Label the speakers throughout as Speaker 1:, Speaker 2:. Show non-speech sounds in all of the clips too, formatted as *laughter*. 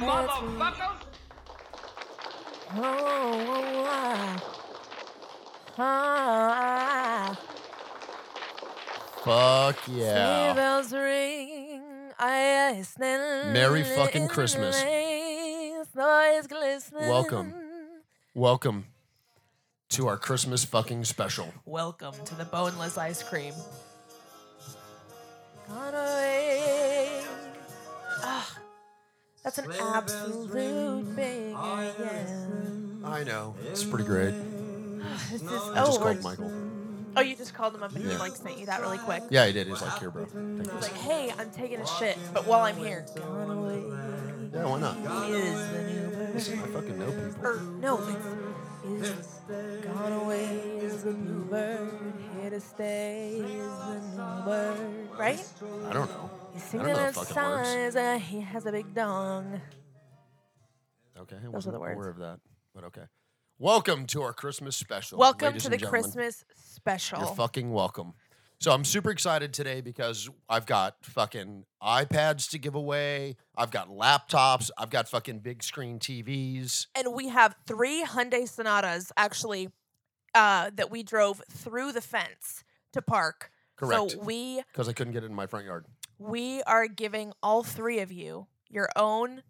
Speaker 1: motherfuckers!
Speaker 2: Oh, oh,
Speaker 3: Fuck yeah.
Speaker 2: bells ring. I I stand
Speaker 3: Merry fucking
Speaker 2: in
Speaker 3: Christmas.
Speaker 2: lanes, noise glistening.
Speaker 3: Welcome. Welcome to our Christmas fucking special.
Speaker 4: Welcome to the boneless ice cream.
Speaker 2: Gone away. Ah, that's an
Speaker 1: Sleigh bells
Speaker 2: absolute banger. Yeah.
Speaker 3: I know. It's pretty great.
Speaker 2: This is,
Speaker 3: I
Speaker 2: oh,
Speaker 3: just
Speaker 2: we're-
Speaker 3: called Michael.
Speaker 4: Oh, you just called him up and
Speaker 3: Yeah.
Speaker 4: he like sent you that really quick.
Speaker 3: Yeah, I did. He's like, here, bro. Take this.
Speaker 4: Like, hey, I'm taking a shit, but while I'm here,
Speaker 2: Gone away.
Speaker 3: Yeah, why not?
Speaker 2: Is the new
Speaker 3: Listen, I fucking know people.
Speaker 4: Er.
Speaker 2: or no, it's is gone away is the new bird here to stay is the new bird right?
Speaker 3: I don't know.
Speaker 2: He's
Speaker 3: I don't
Speaker 2: singing
Speaker 3: know
Speaker 2: his
Speaker 3: if fucking words.
Speaker 2: songs
Speaker 4: uh,
Speaker 2: and he has a big dong.
Speaker 3: Okay, I
Speaker 2: Those are
Speaker 3: wasn't
Speaker 2: the
Speaker 3: aware
Speaker 2: words.
Speaker 3: of that, but okay. Welcome to our Christmas special.
Speaker 4: welcome
Speaker 3: ladies
Speaker 4: to
Speaker 3: and
Speaker 4: the
Speaker 3: gentlemen.
Speaker 4: Christmas special.
Speaker 3: You're fucking welcome. So I'm super excited today because I've got fucking iPads to give away. I've got laptops. I've got fucking big screen TVs.
Speaker 4: and we have three Hyundai Sonatas actually uh, that we drove through the fence to park.
Speaker 3: Correct.
Speaker 4: So we
Speaker 3: Because I couldn't get it in my front yard.
Speaker 4: we are giving all three of you your own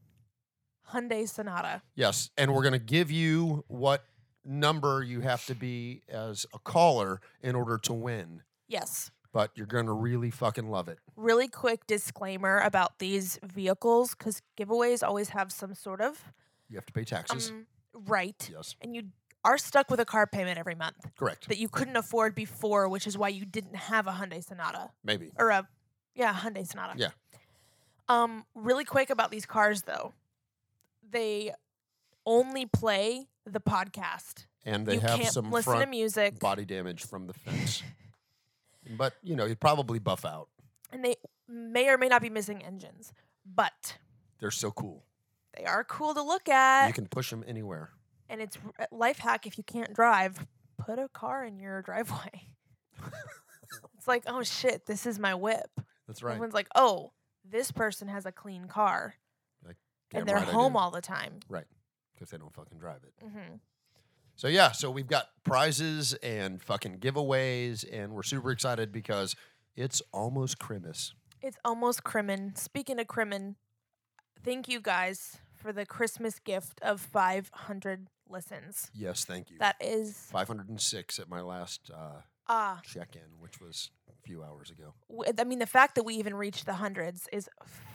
Speaker 4: Hyundai Sonata.
Speaker 3: Yes, and we're going to give you what number you have to be as a caller in order to win.
Speaker 4: Yes.
Speaker 3: But you're going to really fucking love it.
Speaker 4: Really quick disclaimer about these vehicles because giveaways always have some sort of
Speaker 3: You have to pay taxes.
Speaker 4: um, right,
Speaker 3: yes,
Speaker 4: and you are stuck with a car payment every month
Speaker 3: correct.
Speaker 4: that you couldn't afford before, which is why you didn't have a Hyundai Sonata.
Speaker 3: Maybe.
Speaker 4: or a yeah, Hyundai Sonata.
Speaker 3: Yeah.
Speaker 4: Um, really quick about these cars though. They only play the podcast.
Speaker 3: And they
Speaker 4: you
Speaker 3: have
Speaker 4: can't
Speaker 3: some
Speaker 4: listen to
Speaker 3: front
Speaker 4: music.
Speaker 3: body damage from the fence. but, you know, you'd probably buff out.
Speaker 4: And they may or may not be missing engines, but
Speaker 3: They're so cool.
Speaker 4: they are cool to look at.
Speaker 3: you can push them anywhere.
Speaker 4: and it's r- a life hack if you can't drive, put a car in your driveway. *laughs* it's like, oh shit, this is my whip.
Speaker 3: That's right.
Speaker 4: Everyone's like, oh, this person has a clean car and they're home all the time.
Speaker 3: because they don't fucking drive it.
Speaker 4: hmm
Speaker 3: So yeah, so we've got prizes and fucking giveaways, and we're super excited because it's almost Christmas.
Speaker 4: It's almost Crimin. Speaking of Crimin, thank you guys for the Christmas gift of 500 listens.
Speaker 3: Yes, thank you.
Speaker 4: That is
Speaker 3: 506 at my last uh,
Speaker 4: ah,
Speaker 3: check-in, which was a few hours ago.
Speaker 4: w- I mean the fact that we even reached the hundreds is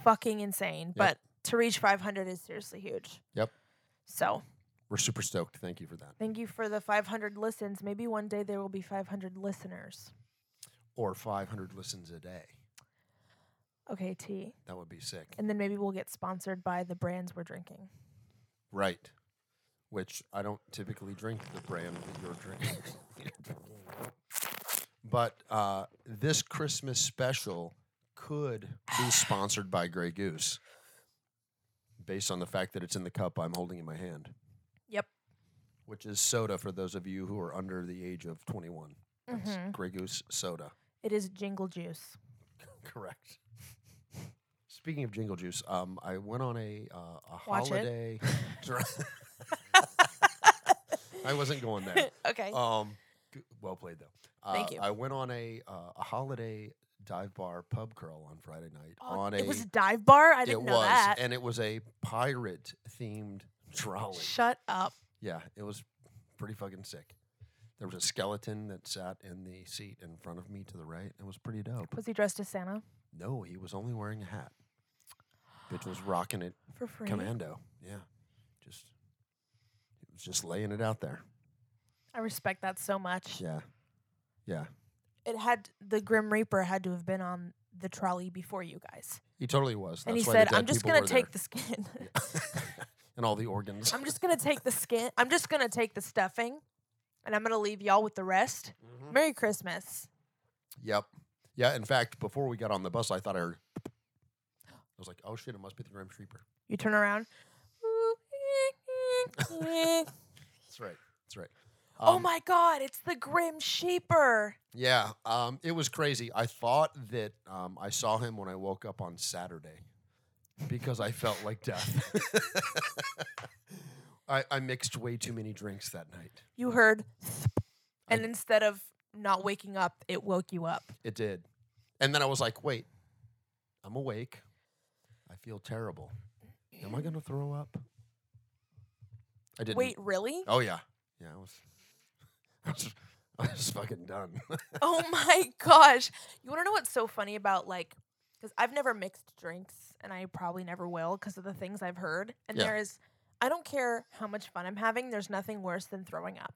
Speaker 4: fucking insane, but to reach 500 is seriously huge.
Speaker 3: Yep.
Speaker 4: So,
Speaker 3: We're super stoked. Thank you for that.
Speaker 4: thank you for the 500 listens. Maybe one day there will be 500 listeners.
Speaker 3: Or 500 listens a day.
Speaker 4: Okay, T.
Speaker 3: That would be sick.
Speaker 4: And then maybe we'll get sponsored by the brands we're drinking.
Speaker 3: Right. Which I don't typically drink the brand that you're drinking. *laughs* but uh, this Christmas special could be sponsored by Grey Goose based on the fact that it's in the cup I'm holding in my hand.
Speaker 4: Yep.
Speaker 3: Which is soda for those of you who are under the age of 21. That's
Speaker 4: Mhm.
Speaker 3: Grey Goose soda. *laughs*
Speaker 4: It is jingle juice.
Speaker 3: Correct. Speaking of jingle juice, um, I went on a uh, a
Speaker 4: Watch it. *laughs*
Speaker 3: holiday. dri- *laughs* I wasn't going there.
Speaker 4: *laughs* okay.
Speaker 3: Um, g- well played though. Uh,
Speaker 4: Thank you.
Speaker 3: I went on a uh, a holiday dive bar pub crawl on Friday night.
Speaker 4: Oh,
Speaker 3: on a
Speaker 4: it was a dive bar. I
Speaker 3: it
Speaker 4: didn't know
Speaker 3: was,
Speaker 4: that.
Speaker 3: and it was a pirate themed trolley.
Speaker 4: Shut up.
Speaker 3: Yeah, it was pretty fucking sick. There was a skeleton that sat in the seat in front of me to the right. It was pretty dope.
Speaker 4: Was he dressed as Santa
Speaker 3: No, he was only wearing a hat. Bitch was rocking it
Speaker 4: for free?
Speaker 3: commando. Yeah. Just it was just laying it out there.
Speaker 4: I respect that so much.
Speaker 3: Yeah. Yeah.
Speaker 4: It had the Grim Reaper had to have been on the trolley before you guys,
Speaker 3: He totally was.
Speaker 4: and he
Speaker 3: That's why the
Speaker 4: said, "I'm
Speaker 3: dead
Speaker 4: just
Speaker 3: people
Speaker 4: gonna
Speaker 3: were
Speaker 4: take
Speaker 3: there."
Speaker 4: the skin.
Speaker 3: *laughs* and all the organs.
Speaker 4: I'm just gonna take the skin. I'm just gonna take the stuffing, and I'm gonna leave y'all with the rest.
Speaker 3: Mm-hmm.
Speaker 4: Merry Christmas."
Speaker 3: Yep. Yeah, in fact, before we got on the bus, I thought I heard *gasps* I was like, "Oh shit, it must be the Grim Reaper."
Speaker 4: You turn
Speaker 3: *laughs*
Speaker 4: around.
Speaker 3: That's right. That's right.
Speaker 4: oh
Speaker 3: Um,
Speaker 4: my God! It's the Grim Sheeper.
Speaker 3: Yeah, um, it was crazy. I thought that um, I saw him when I woke up on Saturday, because I felt like death. *laughs* I, I mixed way too many drinks that night.
Speaker 4: You heard, and
Speaker 3: I-
Speaker 4: instead of not waking up, it woke you up.
Speaker 3: It did. And then I was like, wait, I'm awake. I feel terrible. Am I going to throw up? I didn't.
Speaker 4: Wait, really?
Speaker 3: Oh, yeah. Yeah, I was, *laughs* I was, I was fucking done. *laughs*
Speaker 4: oh my *laughs* gosh. You want to know what's so funny about like, because I've never mixed drinks and I probably never will because of the things I've heard. And
Speaker 3: Yeah.
Speaker 4: there is, I don't care how much fun I'm having, there's nothing worse than throwing up.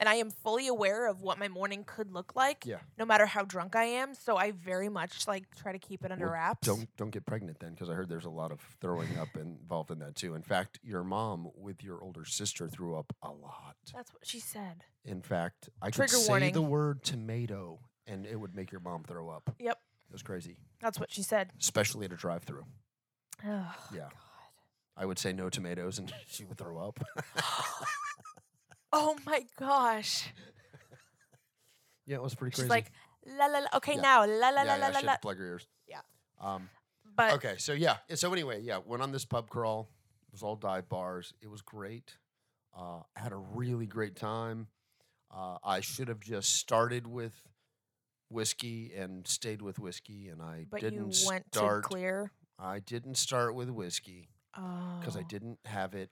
Speaker 4: And I am fully aware of what my morning could look like,
Speaker 3: Yeah.
Speaker 4: no matter how drunk I am. So I very much like try to keep it under
Speaker 3: Well,
Speaker 4: wraps.
Speaker 3: don't don't get pregnant then, because I heard there's a lot of throwing up involved in that too. In fact, your mom with your older sister threw up a lot.
Speaker 4: That's what she said.
Speaker 3: In fact, I could
Speaker 4: Trigger
Speaker 3: say
Speaker 4: warning.
Speaker 3: the word tomato and it would make your mom throw up. It
Speaker 4: Yep,
Speaker 3: was crazy,
Speaker 4: that's what she said. *sighs*
Speaker 3: especially at a drive-through.
Speaker 4: Oh,
Speaker 3: Yeah. I would say no tomatoes, and *laughs* she would throw up.
Speaker 4: oh my gosh.
Speaker 3: yeah, it was pretty crazy.
Speaker 4: She's like, la la la. Okay,
Speaker 3: Yeah.
Speaker 4: now, la la
Speaker 3: yeah,
Speaker 4: la
Speaker 3: yeah,
Speaker 4: la la
Speaker 3: shit,
Speaker 4: la.
Speaker 3: plug your ears.
Speaker 4: Yeah.
Speaker 3: Um,
Speaker 4: But
Speaker 3: okay, so yeah, so anyway, yeah, went on this pub crawl. It was all dive bars. It was great. Uh, I had a really great time. Uh, I should have just started with whiskey and stayed with whiskey, and I
Speaker 4: but you
Speaker 3: didn't
Speaker 4: went
Speaker 3: start.
Speaker 4: to clear
Speaker 3: I didn't start with whiskey because
Speaker 4: because
Speaker 3: I didn't have it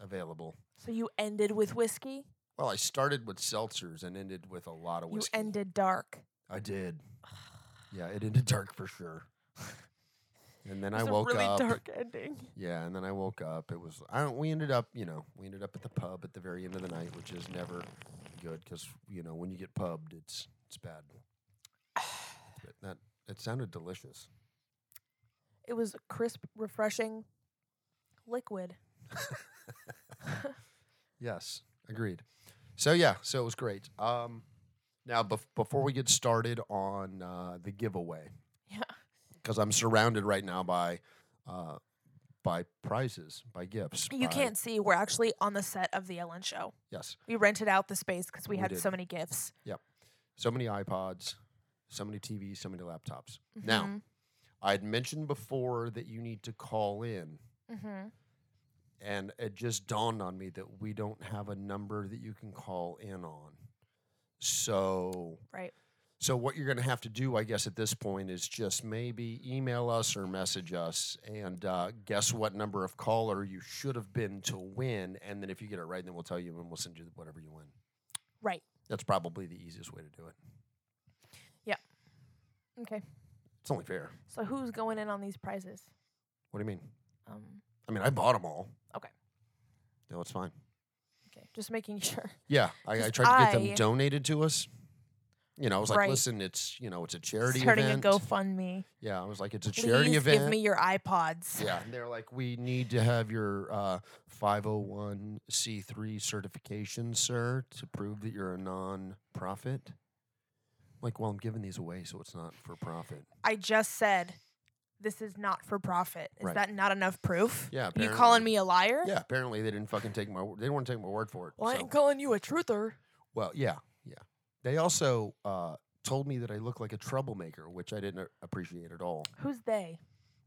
Speaker 3: available.
Speaker 4: Oh, So you ended with whiskey.
Speaker 3: Well, I started with seltzers and ended with a lot of whiskey.
Speaker 4: You ended dark.
Speaker 3: I did. Yeah, it ended dark for sure. And then I
Speaker 4: It's a
Speaker 3: woke
Speaker 4: really
Speaker 3: up.
Speaker 4: dark ending.
Speaker 3: Yeah, and then I woke up. It was I don't. We ended up, you know, we ended up at the pub at the very end of the night, which is never good because you know when you get pubbed, it's
Speaker 4: *sighs*
Speaker 3: it's bad. But that it sounded delicious.
Speaker 4: It was crisp, refreshing liquid.
Speaker 3: Yes, agreed. So yeah, so it was great. Um, now bef- before we get started on uh, the giveaway,
Speaker 4: Yeah.
Speaker 3: because I'm surrounded right now by uh, by prizes, by gifts.
Speaker 4: You
Speaker 3: by-
Speaker 4: can't see. We're actually on the set of the Ellen show.
Speaker 3: Yes,
Speaker 4: We rented out the space because we,
Speaker 3: We
Speaker 4: had
Speaker 3: did.
Speaker 4: so many gifts.
Speaker 3: so many iPods, so many TVs, so many laptops. Now I had mentioned before that you need to call in,
Speaker 4: Mm-hmm.
Speaker 3: and it just dawned on me that we don't have a number that you can call in on. So
Speaker 4: Right.
Speaker 3: So what you're going to have to do, I guess, at this point is just maybe email us or message us and uh, guess what number of caller you should have been to win, and then if you get it right, then we'll tell you and we'll send you whatever you win.
Speaker 4: Right.
Speaker 3: That's probably the easiest way to do it.
Speaker 4: Okay.
Speaker 3: It's only fair.
Speaker 4: So who's going in on these prizes?
Speaker 3: What do you mean?
Speaker 4: Um,
Speaker 3: I mean, I bought them all.
Speaker 4: Okay.
Speaker 3: No, it's fine.
Speaker 4: okay. Just making *laughs* sure.
Speaker 3: Yeah, I, I
Speaker 4: Just
Speaker 3: tried to get
Speaker 4: I-
Speaker 3: them donated to us. You know, I was like,
Speaker 4: Right.
Speaker 3: listen, it's you know, it's a charity
Speaker 4: Starting
Speaker 3: event.
Speaker 4: a GoFundMe.
Speaker 3: yeah, I was like, it's a
Speaker 4: Please
Speaker 3: charity event.
Speaker 4: give me your iPods.
Speaker 3: Yeah, and they're like, we need to have your uh, 501c3 certification, sir, to prove that you're a non-profit. Like, well, I'm giving these away, so it's not for profit.
Speaker 4: I just said this is not for profit. Is
Speaker 3: Right.
Speaker 4: that not enough proof?
Speaker 3: Yeah,
Speaker 4: you calling
Speaker 3: apparently.
Speaker 4: me a liar?
Speaker 3: Yeah, apparently they didn't fucking take my. wo- They didn't want to take my word for it.
Speaker 4: Well, I
Speaker 3: so-
Speaker 4: ain't calling you a truther.
Speaker 3: well, yeah, yeah. They also uh, told me that I look like a troublemaker, which I didn't a- appreciate at all.
Speaker 4: Who's they?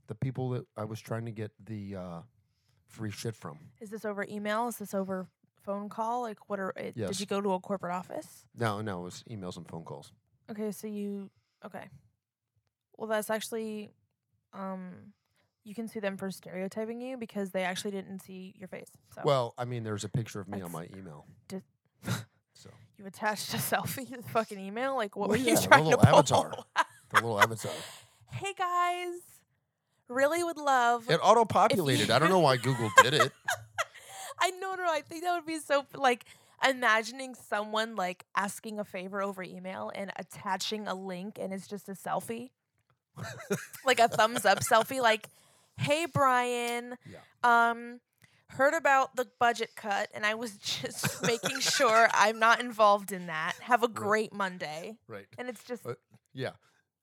Speaker 3: The people that I was trying to get the uh, free shit from.
Speaker 4: Is this over email? Is this over phone call? Like, what are? It, Did
Speaker 3: Yes.
Speaker 4: you go to a corporate office?
Speaker 3: No, no, it was emails and phone calls.
Speaker 4: Okay, so you okay. Well, that's actually, um, you can sue them for stereotyping you because they actually didn't see your face. So
Speaker 3: Well, I mean, there's a picture of me on my
Speaker 4: Oh. That's-
Speaker 3: email.
Speaker 4: Did-
Speaker 3: *laughs* so
Speaker 4: you attached a selfie to the fucking email. Like, *laughs* what
Speaker 3: Well,
Speaker 4: were
Speaker 3: yeah,
Speaker 4: you
Speaker 3: the
Speaker 4: trying to
Speaker 3: little
Speaker 4: pull?
Speaker 3: avatar. the little avatar.
Speaker 4: *laughs* hey guys, really would love
Speaker 3: It auto populated. I don't know why Google
Speaker 4: *laughs*
Speaker 3: did it.
Speaker 4: I know, no, I think that would be so f- like imagining someone like asking a favor over email and attaching a link, and it's just a selfie, like a thumbs up selfie, like, "Hey Brian,
Speaker 3: Yeah.
Speaker 4: um, heard about the budget cut, and I was *laughs* just making sure I'm not involved in that. Have a great Monday."
Speaker 3: Right.
Speaker 4: And it's just
Speaker 3: Uh, Yeah.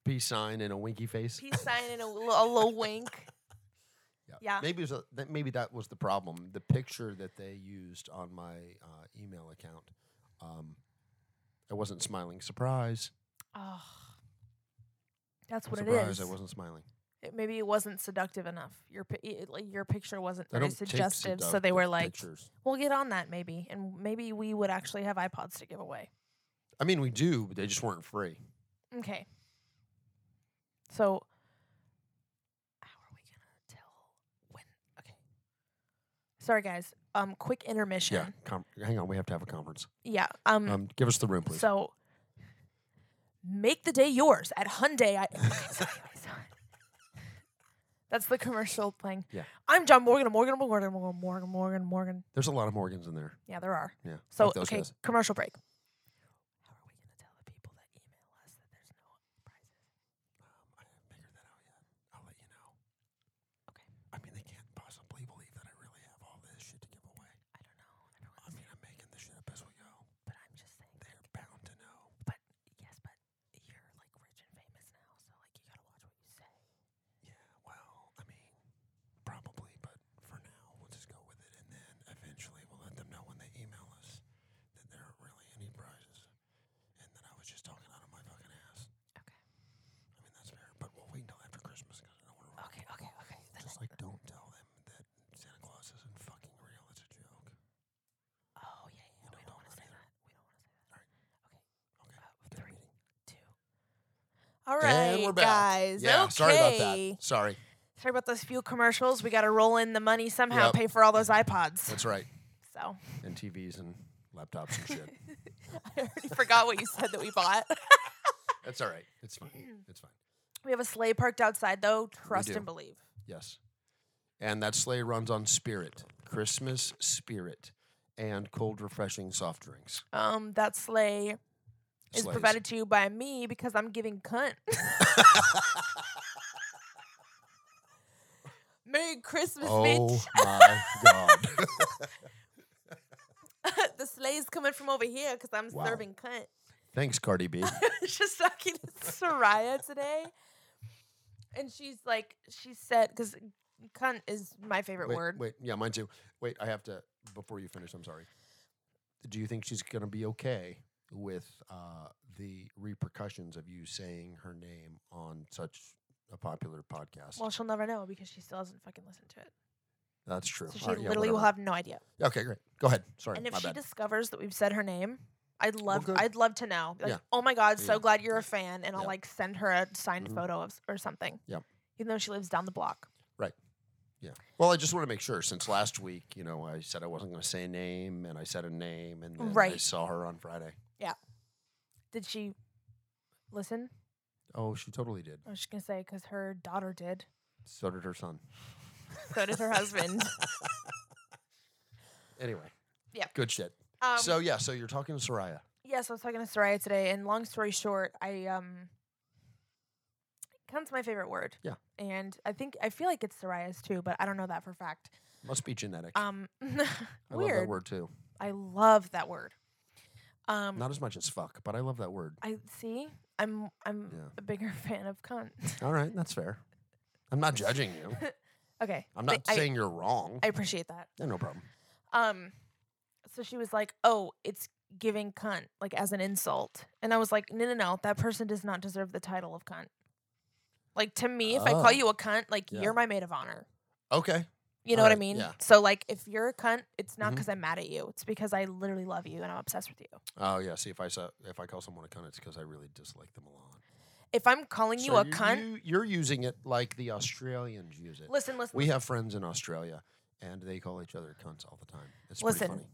Speaker 3: Peace sign and a winky face.
Speaker 4: peace sign and a, li- a little wink. yeah.
Speaker 3: Maybe it was a, that maybe that was the problem. The picture that they used on my uh, email account. Um, I wasn't smiling. Surprise.
Speaker 4: Oh, that's what it is.
Speaker 3: Surprise, I wasn't smiling.
Speaker 4: It- maybe it wasn't seductive enough. Your pi- it, like your picture wasn't
Speaker 3: I
Speaker 4: very
Speaker 3: don't take
Speaker 4: suggestive, so they
Speaker 3: seductive
Speaker 4: were like,
Speaker 3: pictures.
Speaker 4: "We'll get on that maybe, and maybe we would actually have iPods to give away."
Speaker 3: I mean, we do, but they just weren't free.
Speaker 4: Okay. So, how are we gonna tell when? Okay. Sorry, guys. Um, quick intermission.
Speaker 3: Yeah. Com- hang on, we have to have a conference.
Speaker 4: Yeah. Um.
Speaker 3: Um, give us the room, please.
Speaker 4: so, make the day yours at Hyundai. I- okay, sorry, sorry, sorry.
Speaker 3: *laughs*
Speaker 4: That's the commercial playing.
Speaker 3: Yeah.
Speaker 4: I'm John Morgan. Morgan. Morgan. Morgan. Morgan. Morgan. Morgan.
Speaker 3: There's a lot of Morgans in there.
Speaker 4: Yeah, there are.
Speaker 3: Yeah.
Speaker 4: So
Speaker 3: like those
Speaker 4: okay,
Speaker 3: guys.
Speaker 4: commercial break. How are we gonna tell the people that email us that there's no prizes?
Speaker 3: I haven't figured that out yet. I'll let you know.
Speaker 4: Okay.
Speaker 3: I mean, they can't possibly believe that I really have all this shit to give away.
Speaker 4: I don't know.
Speaker 3: I mean, I'm making this shit up as we go.
Speaker 4: But I'm just saying.
Speaker 3: They're bound to know.
Speaker 4: But yes, but you're like rich and famous now, so like you gotta watch what you say.
Speaker 3: Yeah, well, I mean, probably, but for now, we'll just go with it. And then eventually we'll let them know when they email us that there aren't really any prizes and that I was just talking out of my fucking ass.
Speaker 4: Okay.
Speaker 3: I mean, that's fair, but we'll wait until after Christmas because I don't want to.
Speaker 4: Okay, okay, okay. The
Speaker 3: Just like, don't tell them that Santa Claus isn't fucking real. It's a joke.
Speaker 4: next- oh yeah, yeah.
Speaker 3: You
Speaker 4: we
Speaker 3: don't
Speaker 4: don't
Speaker 3: want
Speaker 4: wanna
Speaker 3: them
Speaker 4: say
Speaker 3: either.
Speaker 4: that. We don't wanna say that. Okay.
Speaker 3: Alright. Okay.
Speaker 4: Uh,
Speaker 3: good
Speaker 4: three,
Speaker 3: meeting.
Speaker 4: two. All right,
Speaker 3: And we're back.
Speaker 4: guys.
Speaker 3: Yeah,
Speaker 4: okay.
Speaker 3: sorry about that. Sorry.
Speaker 4: Sorry about those few commercials. We got to roll in the money somehow,
Speaker 3: Yep.
Speaker 4: pay for all those iPods.
Speaker 3: That's right.
Speaker 4: So. *laughs*
Speaker 3: And TVs and laptops and shit. *laughs*
Speaker 4: I already forgot what you said that we bought.
Speaker 3: That's all right. It's fine. It's fine.
Speaker 4: We have a sleigh parked outside though. Trust
Speaker 3: do.
Speaker 4: and believe.
Speaker 3: Yes. And that sleigh runs on spirit, Christmas spirit, and cold, refreshing soft drinks.
Speaker 4: Um, that sleigh is
Speaker 3: Sleighs.
Speaker 4: provided to you by me because I'm giving
Speaker 3: *laughs*
Speaker 4: cunt. *laughs* Merry Christmas,
Speaker 3: Oh
Speaker 4: bitch. *laughs*
Speaker 3: my God.
Speaker 4: *laughs* the sleigh's coming from over here because I'm
Speaker 3: Wow.
Speaker 4: serving cunt. *laughs*
Speaker 3: Thanks, Cardi B.
Speaker 4: just talking
Speaker 3: *laughs*
Speaker 4: to Soraya today, and she's like, she said, because cunt is my favorite
Speaker 3: Wait,
Speaker 4: word.
Speaker 3: wait, yeah, mine too. Wait, I have to, before you finish, I'm sorry. Do you think she's going to be okay with uh, the repercussions of you saying her name on such a popular podcast?
Speaker 4: Well, she'll never know because she still hasn't fucking listened to it.
Speaker 3: That's true.
Speaker 4: So she
Speaker 3: All right, yeah,
Speaker 4: literally will have
Speaker 3: whatever.
Speaker 4: no idea.
Speaker 3: Okay, great. Go ahead. Sorry.
Speaker 4: And if
Speaker 3: my
Speaker 4: she
Speaker 3: bad.
Speaker 4: discovers that we've said her name, I'd love
Speaker 3: good.
Speaker 4: I'd love to know. Like,
Speaker 3: Yeah.
Speaker 4: oh my god,
Speaker 3: There you
Speaker 4: so
Speaker 3: go.
Speaker 4: glad you're a fan, and I'll
Speaker 3: Yeah.
Speaker 4: like send her a signed
Speaker 3: Mhm.
Speaker 4: photo of s- or something.
Speaker 3: Yep.
Speaker 4: Even though she lives down the block.
Speaker 3: Well, I just want to make sure since last week, you know, I said I wasn't going to say a name and I said a name and then I
Speaker 4: Right.
Speaker 3: saw her on Friday.
Speaker 4: Did she listen?
Speaker 3: Oh, she totally did.
Speaker 4: I was just gonna say because her daughter did.
Speaker 3: So did her son.
Speaker 4: So did her husband.
Speaker 3: Anyway.
Speaker 4: Yep.
Speaker 3: Good shit.
Speaker 4: Um,
Speaker 3: so, yeah, so you're talking to Soraya.
Speaker 4: Yes, I was talking to Soraya today, and long story short, I um, cunt's my favorite word.
Speaker 3: Yeah.
Speaker 4: And I think I feel like it's Soraya's too, but I don't know that for a fact.
Speaker 3: Must be genetic.
Speaker 4: Um, *laughs*
Speaker 3: I
Speaker 4: weird.
Speaker 3: love that word too.
Speaker 4: I love that word. Um,
Speaker 3: Not as much as fuck, but I love that word.
Speaker 4: I see. I'm I'm
Speaker 3: Yeah.
Speaker 4: a bigger *laughs* fan of cunt.
Speaker 3: All right, that's fair. I'm not judging you.
Speaker 4: *laughs* okay,
Speaker 3: I'm
Speaker 4: th-
Speaker 3: not
Speaker 4: I,
Speaker 3: saying you're wrong.
Speaker 4: I appreciate that.
Speaker 3: yeah, no problem.
Speaker 4: Um, so she was like, "Oh, it's giving cunt like as an insult," and I was like, "No, no, no, that person does not deserve the title of cunt." Like to me, if I
Speaker 3: Oh.
Speaker 4: call you a cunt, like
Speaker 3: Yeah.
Speaker 4: you're my maid of honor.
Speaker 3: Okay.
Speaker 4: You know what
Speaker 3: Alright,
Speaker 4: I mean?
Speaker 3: yeah.
Speaker 4: So like, if you're a cunt, it's not
Speaker 3: Mhm.
Speaker 4: because I'm mad at you. It's because I literally love you and I'm obsessed with you.
Speaker 3: Oh, yeah. See, if I saw, if I call someone a cunt, it's because I really dislike them a lot.
Speaker 4: If I'm calling you
Speaker 3: So
Speaker 4: a cunt,
Speaker 3: you- you're using it like the Australians use it.
Speaker 4: listen, listen.
Speaker 3: We have friends in Australia, and they call each other cunts all the time. It's pretty
Speaker 4: Listen.
Speaker 3: funny.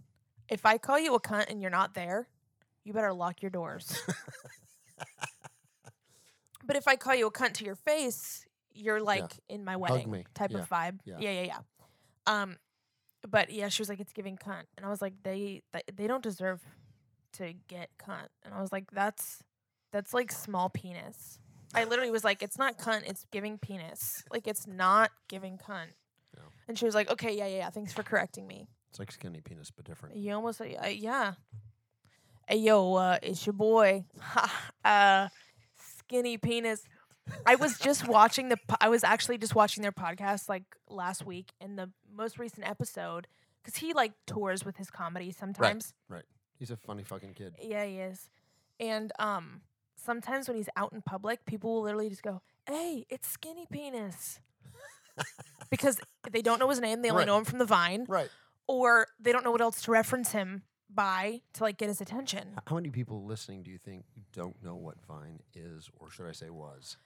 Speaker 4: if I call you a cunt and you're not there, you better lock your
Speaker 3: *laughs*
Speaker 4: doors. but if I call you a cunt to your face, you're like in my wedding
Speaker 3: me.
Speaker 4: type
Speaker 3: Yeah.
Speaker 4: of vibe.
Speaker 3: Yeah.
Speaker 4: Yeah. yeah, yeah, Um, but yeah, she was like, "It's giving cunt," and I was like, "They th- they don't deserve to get cunt," and I was like, "That's that's like small penis." I literally was like, "It's not cunt, it's giving penis. Like it's not giving cunt."
Speaker 3: Yeah.
Speaker 4: And she was like, "Okay, yeah, yeah, yeah. Thanks for correcting me."
Speaker 3: It's like skinny penis, but different.
Speaker 4: You almost uh, uh, yeah. Hey yo, uh, it's your boy. *laughs* uh, skinny penis. I was just watching the. po- I was actually just watching their podcast like last week, and the most recent episode, because he like tours with his comedy sometimes.
Speaker 3: He's a funny fucking kid.
Speaker 4: Yeah, he is. And um, sometimes when he's out in public, people will literally just go, hey, it's Skinny Penis. because they don't know his name, they only
Speaker 3: Right.
Speaker 4: know him from the Vine,
Speaker 3: Right.
Speaker 4: or they don't know what else to reference him by to like get his attention.
Speaker 3: How many people listening do you think don't know what Vine is, or should I say was?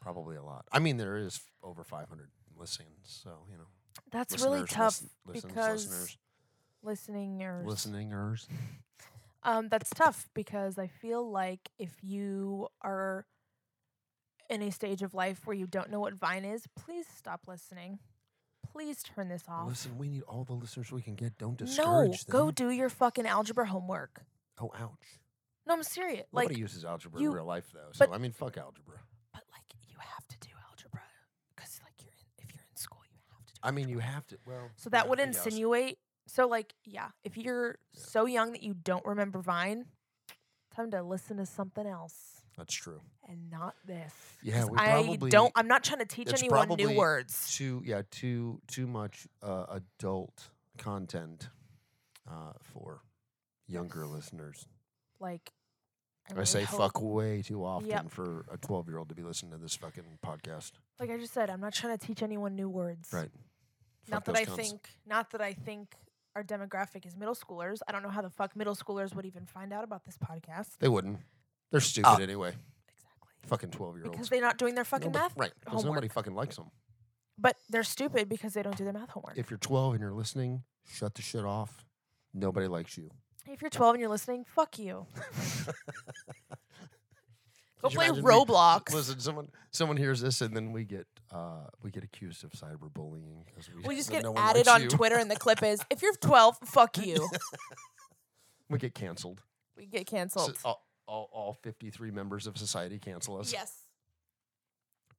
Speaker 3: Probably a lot. I mean, there is f- over 500 listens, so you know.
Speaker 4: That's
Speaker 3: listeners,
Speaker 4: really tough
Speaker 3: listen- listens,
Speaker 4: because
Speaker 3: listeners,
Speaker 4: listening or
Speaker 3: listeningers.
Speaker 4: Um, that's tough because I feel like if you are in a stage of life where you don't know what Vine is, please stop listening. Please turn this off.
Speaker 3: Listen, we need all the listeners we can get. Don't
Speaker 4: no,
Speaker 3: discourage them.
Speaker 4: go do your fucking algebra homework.
Speaker 3: Oh, ouch.
Speaker 4: No, I'm serious.
Speaker 3: Nobody
Speaker 4: like,
Speaker 3: uses algebra in
Speaker 4: you-
Speaker 3: real life, though. So
Speaker 4: but-
Speaker 3: I mean, fuck algebra.
Speaker 4: but like you have to do algebra because like you're in, if you're in school, you have to do.
Speaker 3: I mean, you
Speaker 4: algebra.
Speaker 3: have to. Well,
Speaker 4: So that
Speaker 3: yeah,
Speaker 4: would
Speaker 3: I guess.
Speaker 4: insinuate. So like, yeah, if you're
Speaker 3: Yeah.
Speaker 4: so young that you don't remember Vine, time to listen to something else.
Speaker 3: That's true.
Speaker 4: and not this.
Speaker 3: Yeah,
Speaker 4: 'Cause
Speaker 3: we
Speaker 4: I
Speaker 3: probably-
Speaker 4: don't. I'm not trying to teach
Speaker 3: it's
Speaker 4: anyone new
Speaker 3: probably
Speaker 4: words.
Speaker 3: Too yeah, too too much uh, adult content uh, for younger listeners.
Speaker 4: Like
Speaker 3: I,
Speaker 4: really
Speaker 3: say
Speaker 4: hope-
Speaker 3: fuck way too often
Speaker 4: Yep.
Speaker 3: for a twelve year old to be listening to this fucking podcast.
Speaker 4: Like I just said, I'm not trying to teach anyone new words.
Speaker 3: Right.
Speaker 4: Not
Speaker 3: Fuck
Speaker 4: that
Speaker 3: those
Speaker 4: I
Speaker 3: cunts.
Speaker 4: think. Not that I think our demographic is middle schoolers. I don't know how the fuck middle schoolers would even find out about this podcast.
Speaker 3: they wouldn't. They're stupid anyway.
Speaker 4: Exactly.
Speaker 3: Fucking twelve year
Speaker 4: Because
Speaker 3: olds.
Speaker 4: they're not doing their fucking math.
Speaker 3: Right. Because nobody
Speaker 4: homework.
Speaker 3: fucking likes them.
Speaker 4: But they're stupid because they don't do their math homework. If,
Speaker 3: If you're twelve and you're listening, shut the shit off. Nobody likes you.
Speaker 4: you're 12 and you're listening, fuck *laughs* you. Go
Speaker 3: Could you
Speaker 4: play
Speaker 3: imagine me-
Speaker 4: Roblox.
Speaker 3: Listen, someone someone hears this, and then we get uh, we get accused of cyberbullying. 'cause
Speaker 4: We
Speaker 3: *laughs*
Speaker 4: just
Speaker 3: said
Speaker 4: get
Speaker 3: no one
Speaker 4: added
Speaker 3: likes
Speaker 4: on
Speaker 3: you.
Speaker 4: Twitter, and the clip is if
Speaker 3: *laughs*
Speaker 4: you're 12, fuck you.
Speaker 3: We get canceled.
Speaker 4: We get
Speaker 3: So
Speaker 4: canceled.
Speaker 3: all, all, all 53 members of society cancel us.
Speaker 4: Yes.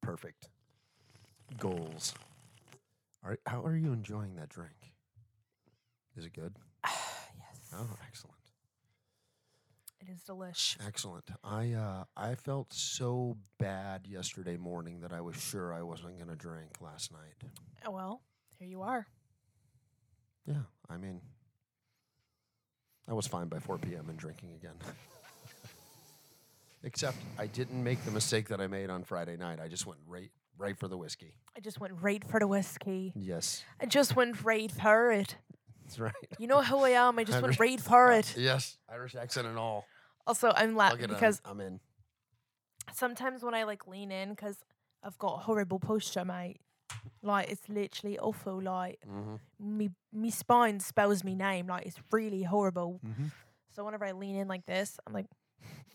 Speaker 3: Perfect. Goals. All right. How are you enjoying that drink? Is it good?
Speaker 4: yes.
Speaker 3: Oh, excellent.
Speaker 4: It is delish.
Speaker 3: Excellent. I uh, I felt so bad yesterday morning that I was sure I wasn't going to drink last night.
Speaker 4: Oh, well, here you are.
Speaker 3: Yeah, I mean, I was fine by 4 p.m. and drinking again. *laughs* Except I didn't make the mistake that I made on Friday night. I just went right right for the whiskey.
Speaker 4: I just went right for the whiskey.
Speaker 3: Yes,
Speaker 4: I just went right for it.
Speaker 3: that's right.
Speaker 4: You know who I am. I just
Speaker 3: I *laughs*
Speaker 4: went
Speaker 3: re-
Speaker 4: right for it.
Speaker 3: Yes, Irish accent and all.
Speaker 4: Also, I'm laughing
Speaker 3: Fuck it, I'm-
Speaker 4: because
Speaker 3: I'm, in.
Speaker 4: sometimes when I like lean in because I've got horrible posture, mate. Like it's literally awful. Like
Speaker 3: Mm-hmm.
Speaker 4: me, me spine spells me name. Like it's really horrible.
Speaker 3: Mhm.
Speaker 4: So whenever I lean in like this, I'm like,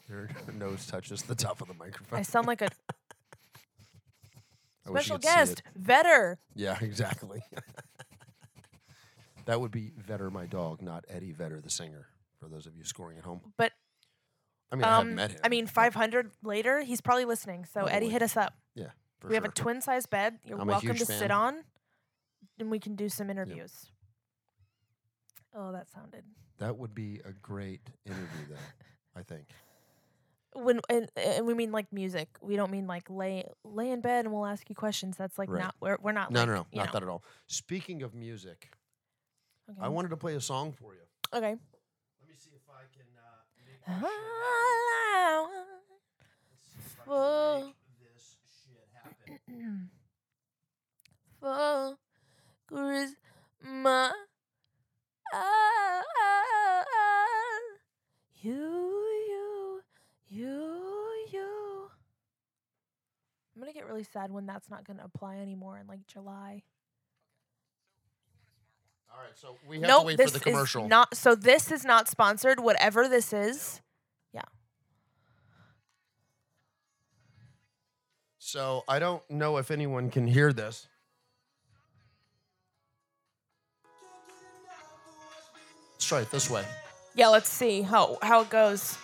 Speaker 3: Your *laughs* your nose touches the top of the *laughs* microphone.
Speaker 4: I sound like a
Speaker 3: I wish
Speaker 4: special
Speaker 3: you could see it.
Speaker 4: guest, Vetter.
Speaker 3: Yeah, *laughs* exactly. that would be Vetter, my dog, not Eddie Vetter, the singer. For those of you scoring at home,
Speaker 4: But
Speaker 3: I mean, I haven't
Speaker 4: um,
Speaker 3: met him.
Speaker 4: I mean,
Speaker 3: but
Speaker 4: 500 later, he's probably listening. So Eddie,
Speaker 3: Probably.
Speaker 4: hit us up.
Speaker 3: for
Speaker 4: we have a
Speaker 3: sure.
Speaker 4: twin size bed. You're
Speaker 3: I'm a
Speaker 4: welcome
Speaker 3: huge
Speaker 4: to sit
Speaker 3: fan.
Speaker 4: on, and we can do some interviews. Oh, that sounded
Speaker 3: That would be a great interview, though. I think.
Speaker 4: *laughs* when and, and we mean like music. We don't mean like lay lay in bed and we'll ask you questions. That's like
Speaker 3: Right.
Speaker 4: not we're we're not
Speaker 3: No,
Speaker 4: like,
Speaker 3: no, no,
Speaker 4: you
Speaker 3: not
Speaker 4: know.
Speaker 3: that at all. Speaking of music,
Speaker 4: Okay.
Speaker 3: I wanted to play a song for you.
Speaker 4: okay.
Speaker 3: Let me see if I can. Uh, make
Speaker 4: Ah,
Speaker 3: *laughs*
Speaker 4: Full.
Speaker 3: this shit happen.
Speaker 4: *clears throat* For Christmas, you, you, you, you. I'm gonna get really sad when that's not gonna apply anymore in like July.
Speaker 3: All right, so we have
Speaker 4: No,
Speaker 3: to wait
Speaker 4: this
Speaker 3: for the commercial.
Speaker 4: is not. So this is not sponsored. Whatever this is,
Speaker 3: so I don't know if anyone can hear this. Let's try it this way.
Speaker 4: yeah. Let's see how how it goes.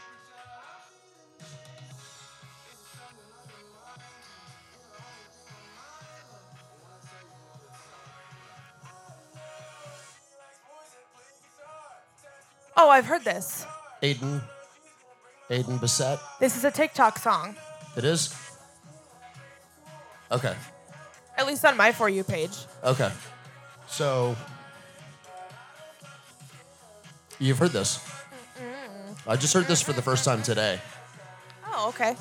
Speaker 4: Oh, I've heard this.
Speaker 3: Aiden, Aiden Bissett.
Speaker 4: This is a TikTok song,
Speaker 3: It is. Okay.
Speaker 4: at least on my For You page.
Speaker 3: Okay. So you've heard this. I just heard this for the first time today.
Speaker 4: Oh, okay.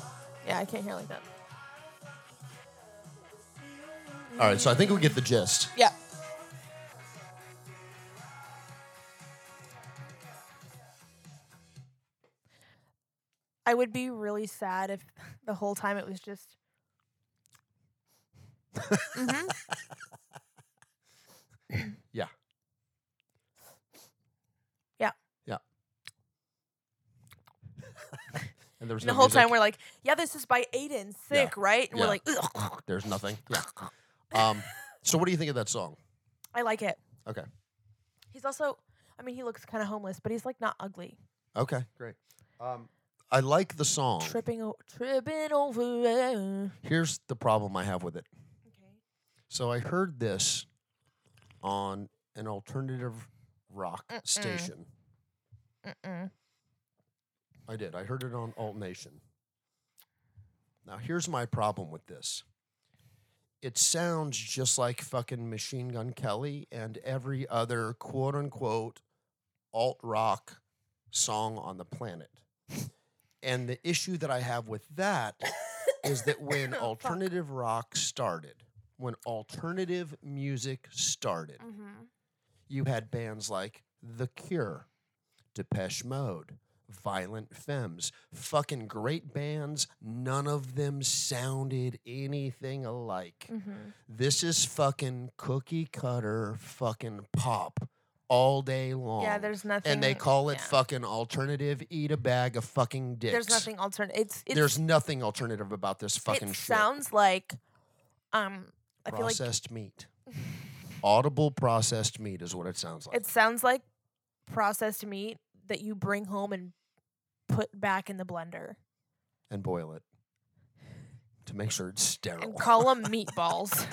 Speaker 4: Yeah, I can't hear like that.
Speaker 3: All right, so I think we get the gist.
Speaker 4: Yeah. I would be really sad if *laughs* the whole time it was just. Mhm. Yeah.
Speaker 3: Yeah.
Speaker 4: *laughs*
Speaker 3: Yeah. and there was
Speaker 4: And
Speaker 3: no
Speaker 4: the whole
Speaker 3: music.
Speaker 4: time we're like, yeah, this is by Aiden, sick, right? And
Speaker 3: Yeah.
Speaker 4: we're like, Ugh.
Speaker 3: There's nothing. Yeah. Um, so what do you think of that song?
Speaker 4: I like it.
Speaker 3: Okay.
Speaker 4: He's also, I mean, he looks kind of homeless, but he's like not ugly.
Speaker 3: Okay. Great. Um, I like the song.
Speaker 4: Tripping, o- tripping over. it.
Speaker 3: Here's the problem I have with it.
Speaker 4: Okay.
Speaker 3: So I heard this on an alternative rock station.
Speaker 4: Mm-mm.
Speaker 3: I did. I heard it on Alt Nation. Now here's my problem with this. It sounds just like fucking Machine Gun Kelly and every other quote unquote alt rock song on the planet. And the issue that I have with that is that
Speaker 4: *laughs*
Speaker 3: when
Speaker 4: Fuck.
Speaker 3: alternative rock started, when alternative music started,
Speaker 4: Mhm.
Speaker 3: you had bands like The Cure, Depeche Mode, Violent Femmes, fucking great bands. None of them sounded anything alike.
Speaker 4: Mhm.
Speaker 3: This is fucking cookie cutter fucking pop all day long.
Speaker 4: Yeah, there's nothing.
Speaker 3: and they call it
Speaker 4: yeah.
Speaker 3: fucking alternative. Eat a bag of fucking dicks.
Speaker 4: There's nothing alternative. It's, it's
Speaker 3: There's nothing alternative about this fucking
Speaker 4: It
Speaker 3: shit.
Speaker 4: sounds like, um, I feel like *laughs*
Speaker 3: processed meat. Audible processed meat is what it sounds like.
Speaker 4: it sounds like processed meat that you bring home and put back in the blender
Speaker 3: and boil it to make sure it's sterile.
Speaker 4: and call
Speaker 3: *laughs*
Speaker 4: them meatballs.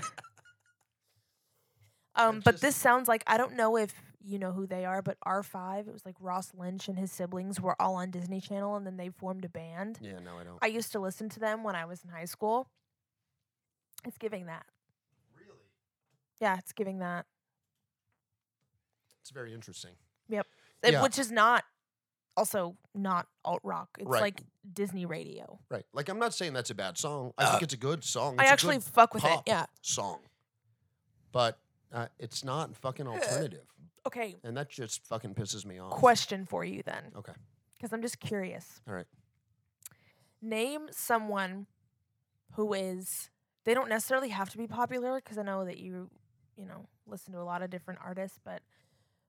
Speaker 4: Um, but
Speaker 3: just-
Speaker 4: this sounds like I don't know if you know who they are, but R5. It was like Ross Lynch and his siblings were all on Disney Channel, and then they formed a band.
Speaker 3: yeah, no, I don't.
Speaker 4: I used to listen to them when I was in high school. It's giving that.
Speaker 3: really?
Speaker 4: Yeah, it's giving that.
Speaker 3: It's very interesting.
Speaker 4: Uh,
Speaker 3: Yeah.
Speaker 4: Which is not also not alt rock. It's
Speaker 3: Right.
Speaker 4: like Disney radio.
Speaker 3: Right. Like, I'm not saying that's a bad song. I think it's a good song.
Speaker 4: I
Speaker 3: It's a
Speaker 4: actually
Speaker 3: good
Speaker 4: fuck with
Speaker 3: pop
Speaker 4: it. Yeah.
Speaker 3: song. But uh, it's not fucking alternative.
Speaker 4: Okay.
Speaker 3: And that just fucking pisses me off.
Speaker 4: Question for you then,
Speaker 3: Okay.
Speaker 4: because I'm just curious.
Speaker 3: All right.
Speaker 4: Name someone who is, they don't necessarily have to be popular, because I know that you, you know, listen to a lot of different artists, but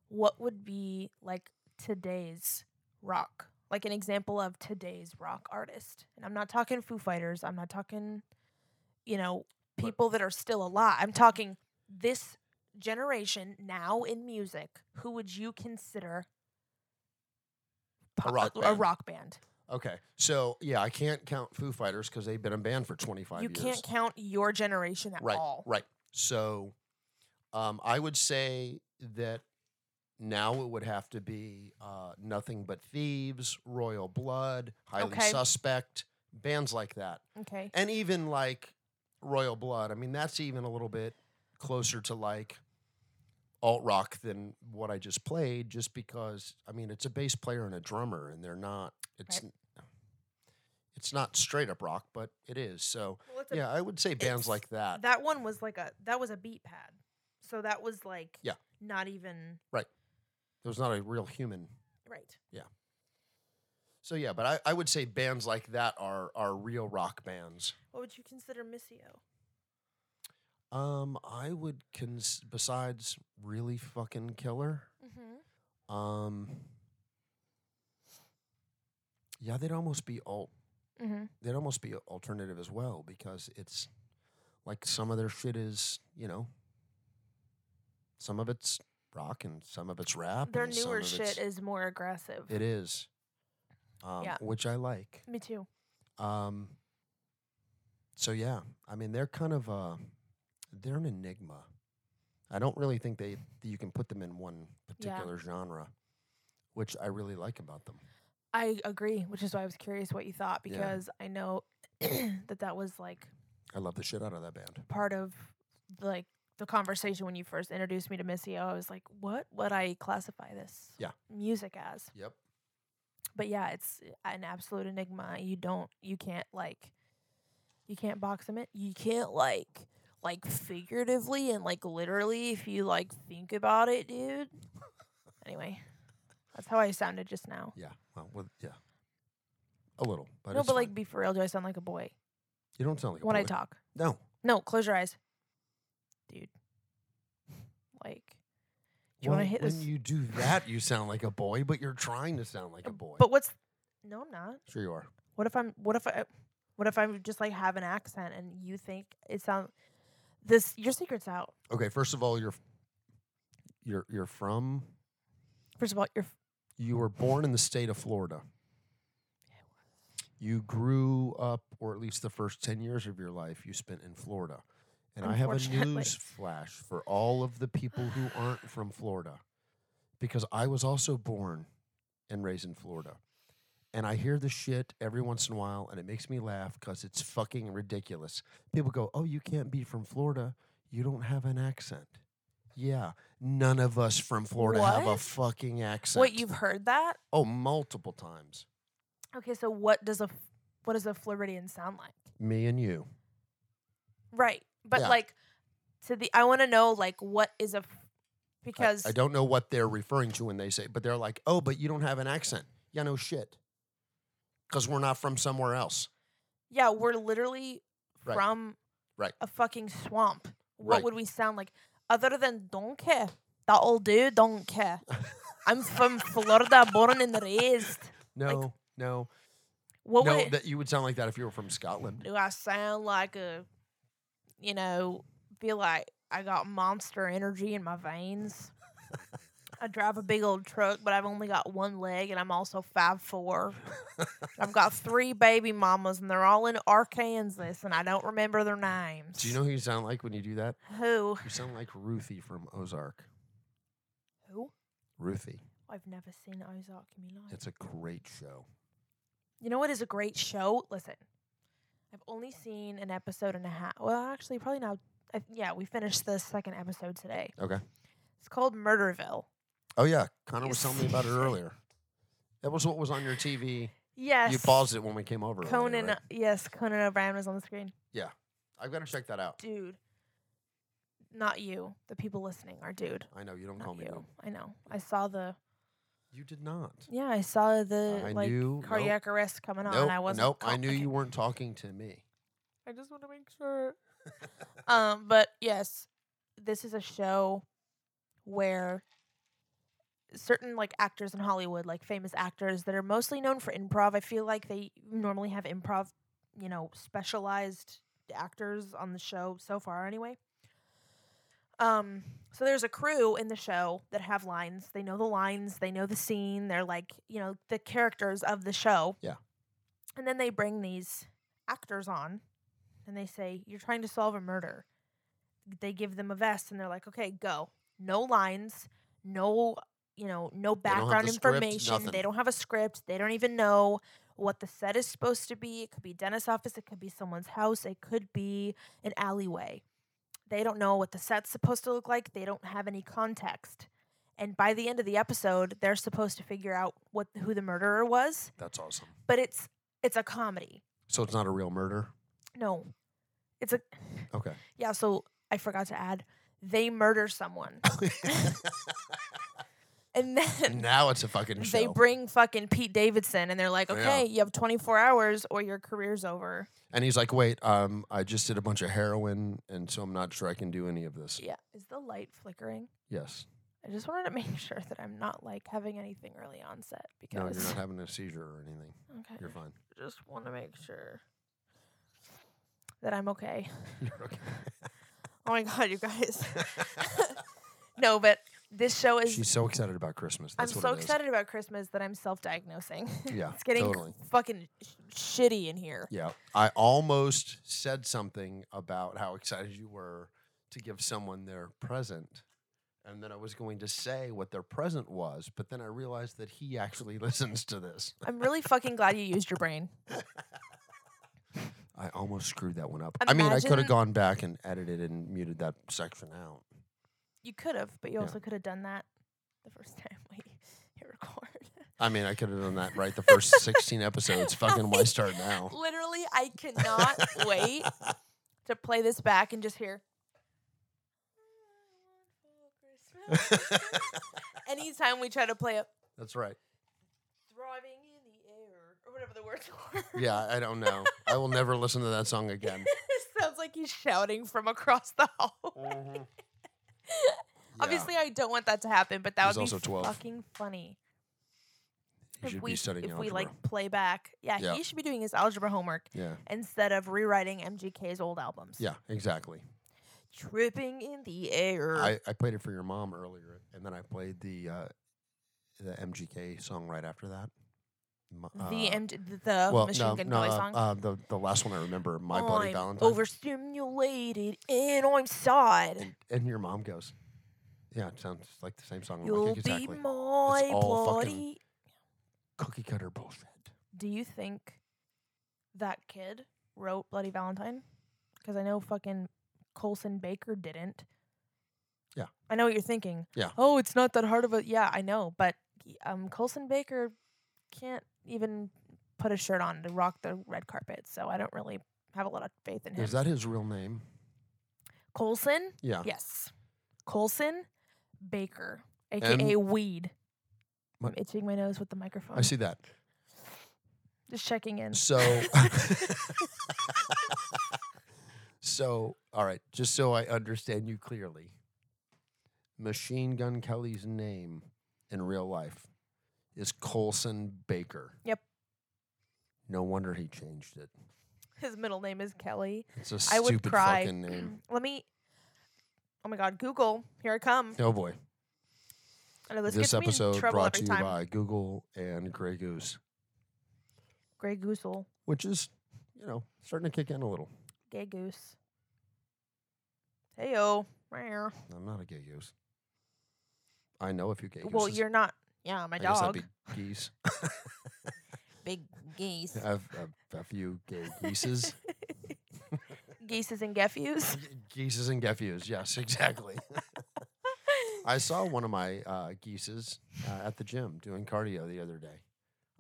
Speaker 4: what would be like today's rock? Like an example of today's rock artist. And I'm not talking Foo Fighters. I'm not talking, you know,
Speaker 3: But-
Speaker 4: people that are still alive. I'm talking this generation now in music. Who would you consider po-
Speaker 3: rock
Speaker 4: A
Speaker 3: band.
Speaker 4: rock band.
Speaker 3: Okay. So, yeah, I can't count Foo Fighters because they've been in band for 25
Speaker 4: you
Speaker 3: years.
Speaker 4: can't count your generation at
Speaker 3: right.
Speaker 4: all.
Speaker 3: Right. So, um, I would say that now it would have to be uh, Nothing But Thieves, Royal Blood, Highly
Speaker 4: Okay.
Speaker 3: Suspect, bands like that.
Speaker 4: Okay.
Speaker 3: And even like Royal Blood. I mean, that's even a little bit closer to like alt rock than what I just played, just because, I mean, it's a bass player and a drummer, and they're not, it's.
Speaker 4: Right.
Speaker 3: n It's not straight up rock, but it is. So,
Speaker 4: Well, it's a-
Speaker 3: yeah, I would say bands
Speaker 4: it's-
Speaker 3: like that.
Speaker 4: That one was like a that was a beat pad. So that was like
Speaker 3: Yeah.
Speaker 4: not even
Speaker 3: There's not a real human.
Speaker 4: right.
Speaker 3: So yeah, but I, I would say bands like that are are real rock bands.
Speaker 4: What would you consider Missio?
Speaker 3: Um, I would cons besides really fucking killer.
Speaker 4: Mm-hmm.
Speaker 3: Um, yeah, they'd almost be alt.
Speaker 4: Mm-hmm.
Speaker 3: They'd almost be alternative as well because it's like some of their shit is you know. Some of it's rock and some of it's rap.
Speaker 4: Their
Speaker 3: and some
Speaker 4: newer
Speaker 3: of
Speaker 4: shit
Speaker 3: it's-
Speaker 4: is more aggressive.
Speaker 3: It is. Um,
Speaker 4: Yeah.
Speaker 3: which I like.
Speaker 4: Me too.
Speaker 3: Um, so yeah, I mean they're kind of uh, they're an enigma. I don't really think they you can put them in one particular genre, which I really like about them.
Speaker 4: I agree, which is why I was curious what you thought
Speaker 3: Yeah.
Speaker 4: because I know *clears throat* that that was like
Speaker 3: I love the shit out of that band.
Speaker 4: part of like the conversation when you first introduced me to Missio. I was like, what would I classify this
Speaker 3: Yeah.
Speaker 4: music as?
Speaker 3: Yep.
Speaker 4: but yeah, it's an absolute enigma. You don't, you can't like, you can't box them in. You can't like like figuratively and like literally if you like think about it,
Speaker 3: *laughs*
Speaker 4: dude. Anyway, that's how I sounded just now.
Speaker 3: Yeah. Well, with, yeah. A little, but
Speaker 4: no,
Speaker 3: it's
Speaker 4: but
Speaker 3: fine.
Speaker 4: like be for real, do I sound like a boy
Speaker 3: you don't sound like a
Speaker 4: when I
Speaker 3: boy.
Speaker 4: talk?
Speaker 3: No,
Speaker 4: No, close your eyes. Dude. Like Do you wanna
Speaker 3: Well,
Speaker 4: hit
Speaker 3: when
Speaker 4: this-
Speaker 3: you do that, you sound like a boy, but you're trying to sound like a boy.
Speaker 4: Uh, But what's No, I'm not.
Speaker 3: sure you are.
Speaker 4: What if I'm what if I what if I'm just like have an accent and you think it sounds this your secret's out.
Speaker 3: Okay, first of all, you're you're you're from
Speaker 4: First of all, you're f-
Speaker 3: you were born in the state of Florida. You grew up, or at least the first 10 years of your life, you spent in Florida. And I have a
Speaker 4: Unfortunately.
Speaker 3: news flash for all of the people who aren't from Florida, because I was also born and raised in Florida. And I hear the shit every once in a while, and it makes me laugh because it's fucking ridiculous. People go, Oh, you can't be from Florida. You don't have an accent. Yeah, none of us from Florida have a
Speaker 4: What?
Speaker 3: fucking accent.
Speaker 4: what you've heard that?
Speaker 3: Oh, multiple times.
Speaker 4: Okay, so what does a f- what does a Floridian sound like?
Speaker 3: Me and you.
Speaker 4: Right. But
Speaker 3: Yeah.
Speaker 4: like to the I want to know like what is a f-
Speaker 3: I-
Speaker 4: because
Speaker 3: I, don't know what they're referring to when they say, but they're like, oh, but you don't have an accent. Yeah, no shit. Because we're not from somewhere else.
Speaker 4: yeah, we're literally
Speaker 3: Right.
Speaker 4: from
Speaker 3: Right.
Speaker 4: a fucking swamp. What
Speaker 3: Right.
Speaker 4: would we sound like other than don't care? That old dude don't
Speaker 3: *laughs*
Speaker 4: care. I'm from Florida, born and raised.
Speaker 3: No, no,
Speaker 4: What
Speaker 3: no.
Speaker 4: would it,
Speaker 3: That you would sound like that if you were from Scotland.
Speaker 4: do I sound like a you know, feel like I got monster energy in my veins? I drive a big old truck, but I've only got one leg and I'm also five
Speaker 3: *laughs*
Speaker 4: four. I've got three baby mamas and they're all in Arkansas and I don't remember their names.
Speaker 3: Do you know who you sound like when you do that?
Speaker 4: who?
Speaker 3: You sound like Ruthie from Ozark.
Speaker 4: Who?
Speaker 3: Ruthie.
Speaker 4: I've never seen Ozark in my life.
Speaker 3: It's a great show.
Speaker 4: You know what is a great show? Listen, I've only seen an episode and a half. Well, actually, probably now. I, yeah, we finished the second episode today.
Speaker 3: Okay.
Speaker 4: It's called Murderville.
Speaker 3: Oh yeah, Connor was telling me about it earlier. That was what was on your TV.
Speaker 4: Yes.
Speaker 3: You paused it when we came over. earlier,
Speaker 4: Conan. uh,
Speaker 3: right?
Speaker 4: Yes, Conan O'Brien was on the screen.
Speaker 3: I've got to check that out.
Speaker 4: Dude. Not you. The people listening are dude.
Speaker 3: I know you don't
Speaker 4: Not
Speaker 3: call me.
Speaker 4: you.
Speaker 3: dude.
Speaker 4: I know. I saw the.
Speaker 3: You did not.
Speaker 4: Yeah, I saw the
Speaker 3: I
Speaker 4: like
Speaker 3: knew- nope.
Speaker 4: cardiac arrest coming on. and I wasn't.
Speaker 3: nope. I
Speaker 4: caught-
Speaker 3: knew
Speaker 4: okay.
Speaker 3: you weren't talking to me.
Speaker 4: I just want to make sure. um, but yes, this is a show where certain like actors in Hollywood, like famous actors that are mostly known for improv, I feel like they normally have improv, you know, specialized actors on the show so far anyway. Um, so there's a crew in the show that have lines. They know the lines, they know the scene, they're like, you know, the characters of the show.
Speaker 3: Yeah.
Speaker 4: And then they bring these actors on and they say, You're trying to solve a murder. They give them a vest and they're like, Okay, go. No lines, no you know, no
Speaker 3: don't have
Speaker 4: background
Speaker 3: the script,
Speaker 4: information.
Speaker 3: nothing.
Speaker 4: they don't have a script. They don't even know what the set is supposed to be. It could be dentist's office, it could be someone's house, it could be an alleyway. They don't know what the set's supposed to look like. They don't have any context. And by the end of the episode, they're supposed to figure out what who the murderer was,
Speaker 3: That's awesome.
Speaker 4: but it's it's a comedy.
Speaker 3: So it's not a real murder.
Speaker 4: No. It's a *laughs*
Speaker 3: Okay.
Speaker 4: yeah, so I forgot to add they murder
Speaker 3: *laughs*
Speaker 4: someone.
Speaker 3: Oh,
Speaker 4: *laughs* And then
Speaker 3: now it's a fucking show. Oh,
Speaker 4: they bring fucking Pete Davidson and they're like,
Speaker 3: Yeah.
Speaker 4: "Okay, you have 24 hours or your career's over."
Speaker 3: and he's like, "Wait, um, I just did a bunch of heroin, and so I'm not sure I can do any of this."
Speaker 4: Yeah. Is the light flickering?
Speaker 3: Yes.
Speaker 4: I just wanted to *laughs* make sure that I'm not like having anything early on set
Speaker 3: No, you're
Speaker 4: because
Speaker 3: not having a seizure or anything.
Speaker 4: *laughs* okay.
Speaker 3: You're fine. *laughs*
Speaker 4: just want to make sure that I'm okay.
Speaker 3: You're okay.
Speaker 4: Oh my god, you
Speaker 3: *laughs*
Speaker 4: guys. *laughs* no, but this show is
Speaker 3: She's so excited about Christmas.
Speaker 4: I'm
Speaker 3: That's what
Speaker 4: so
Speaker 3: it is.
Speaker 4: excited about Christmas that I'm self-diagnosing. *laughs*
Speaker 3: Yeah,
Speaker 4: it's getting
Speaker 3: totally.
Speaker 4: fucking sh- shitty in here.
Speaker 3: Yeah, I almost said something about how excited you were to give someone their present. And then I was going to say what their present was, but then I realized that he actually *laughs* listens to this.
Speaker 4: I'm really fucking glad you used your brain.
Speaker 3: I almost screwed that one up. I mean, I could have
Speaker 4: Imagine-
Speaker 3: gone back and edited and muted that section out.
Speaker 4: You could have, but you
Speaker 3: Yeah.
Speaker 4: also could have done that the first *laughs* time we hit record.
Speaker 3: I mean, I could have done that right the first 16 episodes. Fucking why start now? *laughs*
Speaker 4: Literally, I cannot wait to play this back and just hear *laughs* Anytime we try to play a
Speaker 3: That's right.
Speaker 4: thriving in the air or whatever the words *laughs* were,
Speaker 3: Yeah, I don't know. I will never listen to that song again.
Speaker 4: it sounds like he's shouting from across the hall.
Speaker 3: Yeah,
Speaker 4: Obviously, I don't want that to happen, but that
Speaker 3: He's
Speaker 4: would be
Speaker 3: also 12.
Speaker 4: fucking funny.
Speaker 3: you
Speaker 4: if
Speaker 3: should
Speaker 4: we,
Speaker 3: be studying
Speaker 4: if
Speaker 3: algebra.
Speaker 4: we like play back, yeah,
Speaker 3: Yeah.
Speaker 4: he should be doing his algebra homework
Speaker 3: yeah,
Speaker 4: instead of rewriting MGK's old albums.
Speaker 3: yeah, exactly.
Speaker 4: tripping in the air.
Speaker 3: I, I played it for your mom earlier, and then I played the uh, the MGK song right after that. M-
Speaker 4: the
Speaker 3: uh,
Speaker 4: M- oh, the Machine Gun Kelly
Speaker 3: uh,
Speaker 4: song. Oh,
Speaker 3: uh, the the last one I remember, My Bloody
Speaker 4: I'm
Speaker 3: Valentine.
Speaker 4: Overstimulated and I'm sad.
Speaker 3: and, and your mom goes, "Yeah, it sounds like the same song." I'm like,
Speaker 4: You'll
Speaker 3: exactly.
Speaker 4: be my
Speaker 3: all fucking-
Speaker 4: bloody.
Speaker 3: Cookie cutter bullshit.
Speaker 4: Do you think that kid wrote Bloody Valentine? Because I know fucking Colson Baker didn't.
Speaker 3: Yeah.
Speaker 4: I know what you're thinking.
Speaker 3: Yeah.
Speaker 4: Oh, it's not that hard of a. Yeah, I know, but y- um, Colson Baker can't even put a shirt on to rock the red carpet, so I don't really have a lot of faith in him.
Speaker 3: Is that his real name?
Speaker 4: Colson?
Speaker 3: Yeah.
Speaker 4: Yes. Colson Baker, aka Weed.
Speaker 3: What?
Speaker 4: I'm itching my nose with the microphone.
Speaker 3: I see that.
Speaker 4: Just checking in.
Speaker 3: So, so all right. Just so I understand you clearly, Machine Gun Kelly's name in real life is Colson Baker.
Speaker 4: Yep.
Speaker 3: No wonder he changed it.
Speaker 4: His middle name is Kelly.
Speaker 3: It's a
Speaker 4: I
Speaker 3: stupid
Speaker 4: would cry.
Speaker 3: fucking name.
Speaker 4: *clears throat* Let me. Oh my God, Google. Here I come.
Speaker 3: Oh boy.
Speaker 4: I know *clears throat* this,
Speaker 3: this
Speaker 4: gets me in
Speaker 3: episode
Speaker 4: trouble
Speaker 3: brought to
Speaker 4: every
Speaker 3: you
Speaker 4: time.
Speaker 3: by Google and Grey Goose,
Speaker 4: Grey Goosel.
Speaker 3: which is, you know, starting to kick in a little.
Speaker 4: Gay Goose. Hey, yo.
Speaker 3: I'm not a gay goose. I know if you gay
Speaker 4: Well,
Speaker 3: gooses.
Speaker 4: you're not. Yeah, my
Speaker 3: I guess
Speaker 4: dog.
Speaker 3: that'd be geese.
Speaker 4: Big
Speaker 3: *laughs*
Speaker 4: geese.
Speaker 3: I've, I've a few gay geeses.
Speaker 4: *laughs* Geeses and geffies.
Speaker 3: geeses and gefios. Yes, exactly. *laughs* I saw one of my uh, geeses uh, at the gym doing cardio the other day.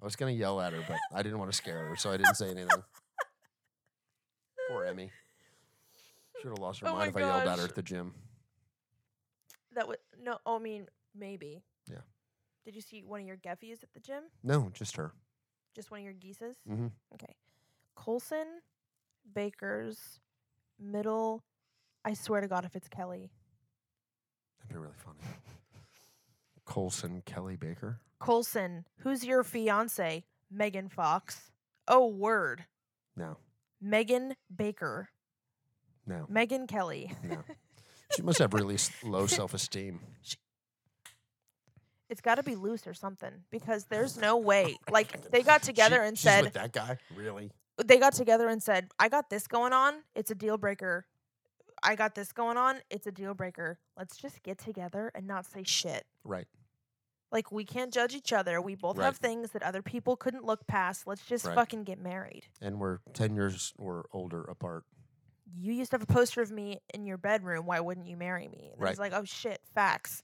Speaker 3: I was going to yell at her, but I didn't want to scare her, so I didn't say anything. Poor Emmy. Should have lost her
Speaker 4: Oh my
Speaker 3: mind if I yelled at her
Speaker 4: gosh.
Speaker 3: at the gym.
Speaker 4: *laughs* That would no. oh, I mean, maybe.
Speaker 3: Yeah.
Speaker 4: Did you see one of your geffies at the gym?
Speaker 3: No, just her.
Speaker 4: Just one of your geeses?
Speaker 3: Mhm.
Speaker 4: Okay. Colson Baker's middle. I swear to God, if it's Kelly,
Speaker 3: That'd be really funny. Colson Kelly Baker.
Speaker 4: Colson, who's your fiance? Megan Fox. Oh, word.
Speaker 3: No,
Speaker 4: Megan Baker.
Speaker 3: no,
Speaker 4: Megan Kelly.
Speaker 3: no. She must have really s-
Speaker 4: *laughs*
Speaker 3: low self esteem.
Speaker 4: It's got to be loose or something because there's no way. Like they got together and
Speaker 3: she's
Speaker 4: said
Speaker 3: with that guy. Really?
Speaker 4: they got together and said, I got this going on. It's a deal breaker. I got this going on. It's a deal breaker. Let's just get together and not say shit.
Speaker 3: Right.
Speaker 4: Like, we can't judge each other. We both
Speaker 3: Right.
Speaker 4: have things that other people couldn't look past. Let's just
Speaker 3: Right.
Speaker 4: fucking get married.
Speaker 3: And we're ten years or older apart.
Speaker 4: You used to have a poster of me in your bedroom. Why wouldn't you marry me? And It's
Speaker 3: Right.
Speaker 4: like, oh shit, facts.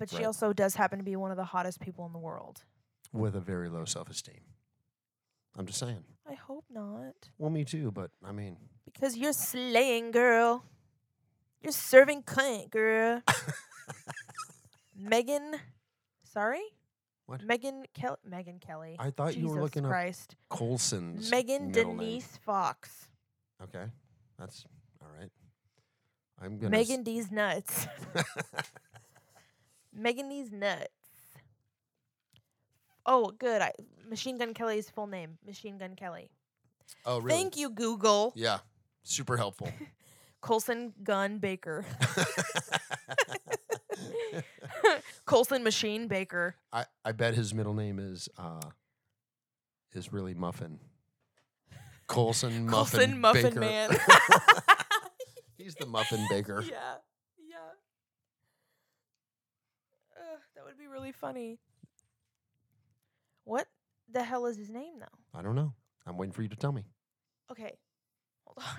Speaker 4: But she
Speaker 3: Right.
Speaker 4: also does happen to be one of the hottest people in the world.
Speaker 3: with a very low self esteem. I'm just saying.
Speaker 4: I hope not.
Speaker 3: Well, me too, but I mean, *laughs*
Speaker 4: Because you're slaying, girl. You're serving cunt, girl. Megan, sorry,
Speaker 3: What?
Speaker 4: Megan Kelly. Megan Kelly.
Speaker 3: I thought you were
Speaker 4: Jesus
Speaker 3: looking up
Speaker 4: Christ.
Speaker 3: Colson's
Speaker 4: Megan
Speaker 3: middle name.
Speaker 4: Denise Fox.
Speaker 3: Okay, that's all right. I'm gonna s-
Speaker 4: Megan D's nuts. *laughs* Megan D's nuts. Oh, good. I, Machine Gun Kelly's full name. Machine Gun Kelly.
Speaker 3: *laughs* oh, really?
Speaker 4: Thank you, Google.
Speaker 3: Yeah, super helpful. *laughs*
Speaker 4: Colson Gun Baker. *laughs* Colson Machine Baker.
Speaker 3: I I bet his middle name is uh is really Muffin. Colson Muffin
Speaker 4: *laughs* Colson Muffin
Speaker 3: Baker.
Speaker 4: Man.
Speaker 3: He's
Speaker 4: *laughs*
Speaker 3: the *laughs* Muffin Baker.
Speaker 4: yeah. Yeah. Ugh, that would be really funny. What the hell is his name though?
Speaker 3: I don't know. I'm waiting for you to tell me.
Speaker 4: Okay. Hold on. *laughs*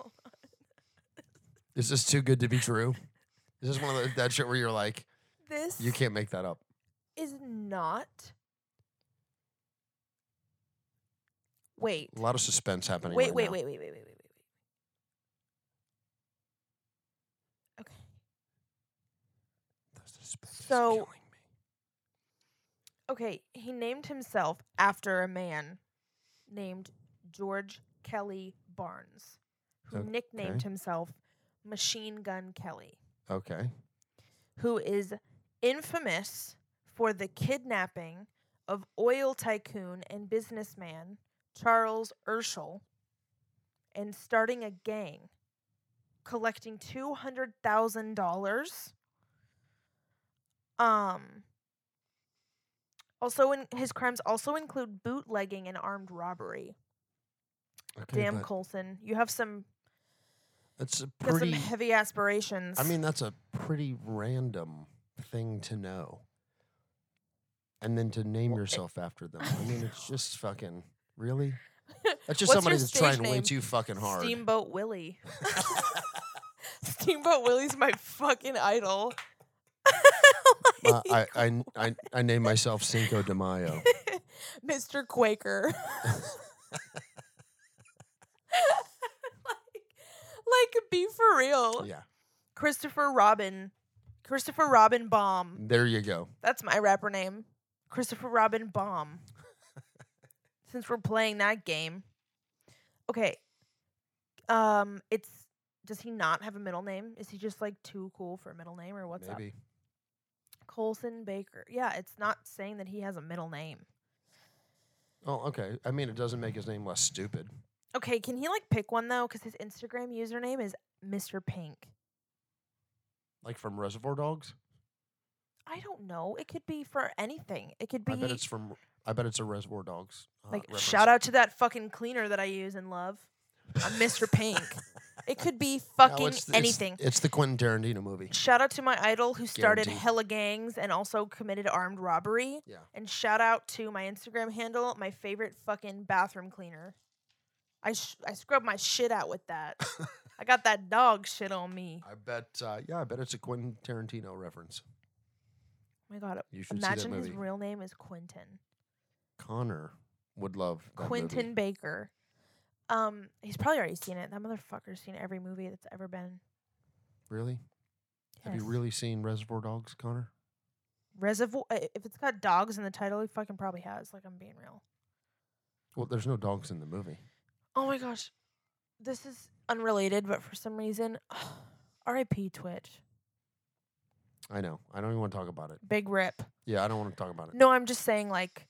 Speaker 4: Hold on.
Speaker 3: Is this too good to be true? Is this one of those, that shit where you're like,
Speaker 4: This
Speaker 3: you can't make that up?
Speaker 4: is not. Wait.
Speaker 3: A lot of suspense happening.
Speaker 4: Wait,
Speaker 3: right
Speaker 4: wait,
Speaker 3: now.
Speaker 4: wait, wait, wait, wait, wait, wait, wait. Okay.
Speaker 3: Suspense is
Speaker 4: So-
Speaker 3: killing me.
Speaker 4: Okay, he named himself after a man named George Kelly Barnes, who
Speaker 3: Okay.
Speaker 4: nicknamed himself Machine Gun Kelly,
Speaker 3: Okay.
Speaker 4: who is infamous for the kidnapping of oil tycoon and businessman Charles Urschel and starting a gang collecting $200,000 um also in his crimes also include bootlegging and armed robbery.
Speaker 3: Okay.
Speaker 4: Damn
Speaker 3: that-
Speaker 4: Colson, you have some
Speaker 3: That's a
Speaker 4: got some
Speaker 3: pretty.
Speaker 4: heavy aspirations.
Speaker 3: I mean, that's a pretty random thing to know. And then to name yourself after them. I mean,
Speaker 4: *laughs*
Speaker 3: it's just fucking really. That's just
Speaker 4: What's your
Speaker 3: somebody that's trying
Speaker 4: stage
Speaker 3: way
Speaker 4: name?
Speaker 3: too fucking hard.
Speaker 4: Steamboat Willie. *laughs* Steamboat Willie's my fucking idol. *laughs*
Speaker 3: Uh, I, I, I, I name myself Cinco
Speaker 4: *laughs*
Speaker 3: de Mayo.
Speaker 4: Mr. Quaker. *laughs* like, like, be for real.
Speaker 3: Yeah,
Speaker 4: Christopher Robin. Christopher Robin Baum.
Speaker 3: there you go.
Speaker 4: That's my rapper name. Christopher Robin
Speaker 3: *laughs*
Speaker 4: Baum. Since we're playing that game. Okay. Um, it's does he not have a middle name? Is he just like too cool for a middle name or what's up?
Speaker 3: Maybe.
Speaker 4: Colson Baker. Yeah, it's not saying that he has a middle name.
Speaker 3: Oh, okay. I mean, it doesn't make his name less stupid.
Speaker 4: Okay, can he like pick one though? Because his Instagram username is Mr. Pink.
Speaker 3: Like from Reservoir Dogs.
Speaker 4: I don't know. It could be for anything. It could be
Speaker 3: I bet it's from. I bet it's a Reservoir Dogs. uh,
Speaker 4: like
Speaker 3: reference.
Speaker 4: shout out to that fucking cleaner that I use and love. I'm
Speaker 3: *laughs*
Speaker 4: Mr. Pink. It could be
Speaker 3: No,
Speaker 4: fucking
Speaker 3: it's- it's-
Speaker 4: anything.
Speaker 3: It's, the Quentin Tarantino movie. *laughs*
Speaker 4: shout out to my idol who started
Speaker 3: Guaranteed.
Speaker 4: hella gangs and also committed armed robbery.
Speaker 3: Yeah.
Speaker 4: And shout out to my Instagram handle, my favorite fucking bathroom cleaner. I sh- I scrub my shit out with that. I got that dog shit on me.
Speaker 3: I bet. Uh, yeah, I bet it's a Quentin Tarantino reference.
Speaker 4: Oh my god,
Speaker 3: You should see
Speaker 4: imagine
Speaker 3: that
Speaker 4: his
Speaker 3: movie.
Speaker 4: real name is Quentin.
Speaker 3: Connor would love that movie.
Speaker 4: Quentin Baker. Um, he's probably already seen it. That motherfucker's seen every movie that's ever been.
Speaker 3: Really? Have you
Speaker 4: Yes.
Speaker 3: really seen Reservoir Dogs, Connor?
Speaker 4: Reservoir. uh, If it's got dogs in the title, he fucking probably has. Like I'm being real.
Speaker 3: Well, there's no dogs in the movie.
Speaker 4: Oh my gosh, this is unrelated, but for some reason, *sighs* R.I.P. Twitch.
Speaker 3: I know. I don't even want to talk about it.
Speaker 4: Big rip.
Speaker 3: Yeah, I don't want to talk about it.
Speaker 4: No, I'm just saying like.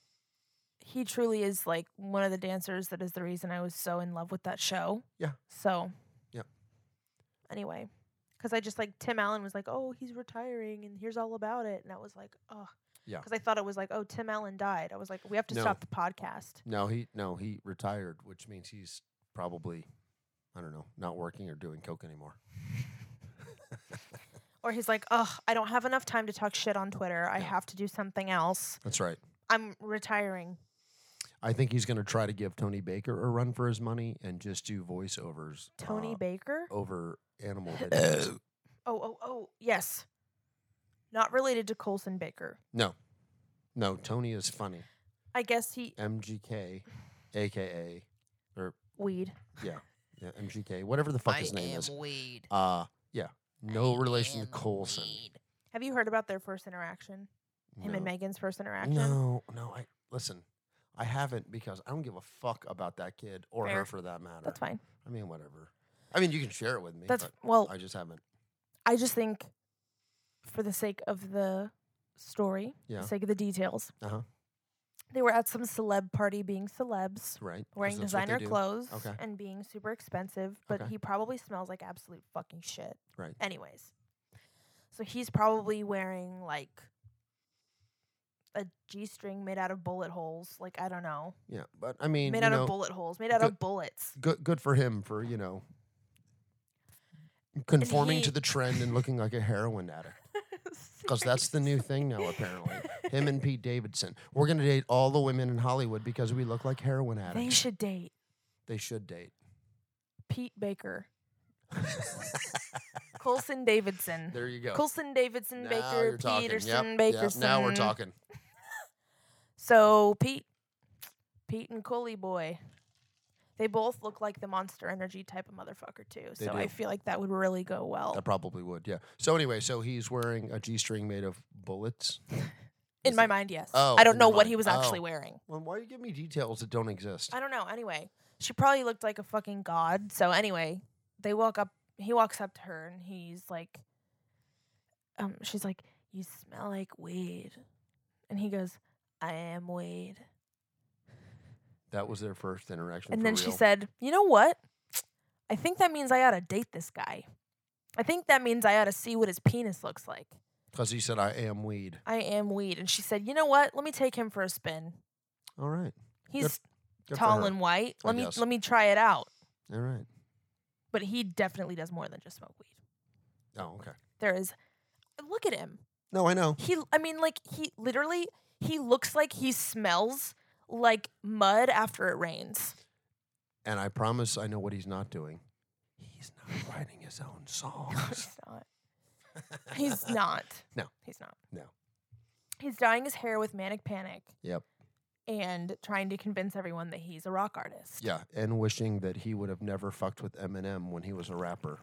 Speaker 4: He truly is like one of the dancers that is the reason I was so in love with that show.
Speaker 3: Yeah.
Speaker 4: So.
Speaker 3: Yep.
Speaker 4: Anyway, because I just like Tim Allen was like, oh, he's retiring and here's all about it. And I was like, oh.
Speaker 3: Yeah.
Speaker 4: Because I thought it was like, oh, Tim Allen died. I was like, we have to
Speaker 3: No.
Speaker 4: stop the podcast.
Speaker 3: No, he no he retired, which means he's probably, I don't know, not working or doing
Speaker 4: *laughs*
Speaker 3: coke anymore.
Speaker 4: Or he's like, ugh, I don't have enough time to talk shit on Twitter. I
Speaker 3: Yeah.
Speaker 4: have to do something else.
Speaker 3: That's right.
Speaker 4: I'm retiring.
Speaker 3: I think he's going to try to give Tony Baker a run for his money and just do voiceovers.
Speaker 4: Tony
Speaker 3: uh,
Speaker 4: Baker?
Speaker 3: over
Speaker 4: *laughs*
Speaker 3: animal videos.
Speaker 4: Oh, oh, oh, yes. Not related to Colson Baker.
Speaker 3: no, no, Tony is funny.
Speaker 4: I guess he
Speaker 3: MGK, aka
Speaker 4: weed.
Speaker 3: yeah, MGK, whatever the fuck his name is.
Speaker 4: weed.
Speaker 3: Uh yeah, no relation to Colson.
Speaker 4: Have you heard about their first interaction? Him and
Speaker 3: No.
Speaker 4: Megan's first interaction?
Speaker 3: No, no. I listen. I haven't because I don't give a fuck about that kid or her
Speaker 4: Fair.
Speaker 3: for that matter.
Speaker 4: That's fine.
Speaker 3: I mean, whatever. I mean, you can share it with me.
Speaker 4: That's
Speaker 3: but
Speaker 4: well,
Speaker 3: I just haven't.
Speaker 4: I just think for the sake of the story,
Speaker 3: Yeah.
Speaker 4: the sake of the details.
Speaker 3: Uh-huh.
Speaker 4: They were at some celeb party being celebs.
Speaker 3: Right. 'cause
Speaker 4: wearing
Speaker 3: that's what they
Speaker 4: designer
Speaker 3: do.
Speaker 4: clothes
Speaker 3: Okay.
Speaker 4: and being super expensive, but
Speaker 3: Okay.
Speaker 4: he probably smells like absolute fucking shit.
Speaker 3: Right.
Speaker 4: Anyways, so he's probably wearing like a G string made out of bullet holes. Like, I don't know.
Speaker 3: Yeah, but I mean,
Speaker 4: made
Speaker 3: you
Speaker 4: out
Speaker 3: know,
Speaker 4: of bullet holes, made out
Speaker 3: good-
Speaker 4: of bullets. *laughs*
Speaker 3: good good for him for you know conforming
Speaker 4: he-
Speaker 3: to the trend and looking like a heroin addict because that's the new thing now apparently him and pete davidson we're going to date all the women in hollywood because we look like heroin
Speaker 4: They
Speaker 3: addicts
Speaker 4: should date
Speaker 3: they should date
Speaker 4: Pete
Speaker 3: *laughs*
Speaker 4: Baker, Colson Davidson.
Speaker 3: there you go
Speaker 4: Colson Davidson
Speaker 3: Now
Speaker 4: Baker
Speaker 3: you're talking. Yep,
Speaker 4: Peterson
Speaker 3: yep,
Speaker 4: Bakerson.
Speaker 3: now we're talking
Speaker 4: So Pete, Pete and Coley boy. They both look like the Monster Energy type of motherfucker too.
Speaker 3: They
Speaker 4: so I
Speaker 3: do.
Speaker 4: feel like that would really go well
Speaker 3: I probably would. Yeah. So anyway, so he's wearing a g-string made of bullets.
Speaker 4: in
Speaker 3: is
Speaker 4: my
Speaker 3: it-
Speaker 4: mind. Yes.
Speaker 3: Oh,
Speaker 4: I don't
Speaker 3: in your
Speaker 4: know what
Speaker 3: mind.
Speaker 4: he was actually
Speaker 3: Oh.
Speaker 4: wearing.
Speaker 3: Well, why do you give me details that don't exist?
Speaker 4: I don't know. Anyway, she probably looked like a fucking god. So anyway, they walk up. He walks up to her and he's like, um, she's like, "You smell like weed," and he goes, "I am weed."
Speaker 3: That was their first interaction.
Speaker 4: And
Speaker 3: for
Speaker 4: then
Speaker 3: real.
Speaker 4: she said, "You know what? I think that means I ought to date this guy. I think that means I ought to see what his penis looks like.
Speaker 3: "Because he said I am weed."
Speaker 4: I am weed." And she said, "You know what? Let me take him for a spin.
Speaker 3: All right.
Speaker 4: He's
Speaker 3: Good for
Speaker 4: tall
Speaker 3: her.
Speaker 4: and white.
Speaker 3: I
Speaker 4: Let me
Speaker 3: guess.
Speaker 4: let me try it out."
Speaker 3: All right.
Speaker 4: But he definitely does more than just smoke weed.
Speaker 3: Oh, okay.
Speaker 4: There is look at him.
Speaker 3: No, I know.
Speaker 4: He I mean like he literally he looks like he smells like mud after it rains.
Speaker 3: And I promise I know what he's not doing. He's
Speaker 4: *laughs*
Speaker 3: not writing his own songs.
Speaker 4: He's not. He's not.
Speaker 3: No.
Speaker 4: He's not.
Speaker 3: No.
Speaker 4: He's dyeing his hair with manic panic.
Speaker 3: Yep.
Speaker 4: And trying to convince everyone that he's a rock artist.
Speaker 3: yeah, and wishing that he would have never fucked with Eminem when he was a rapper.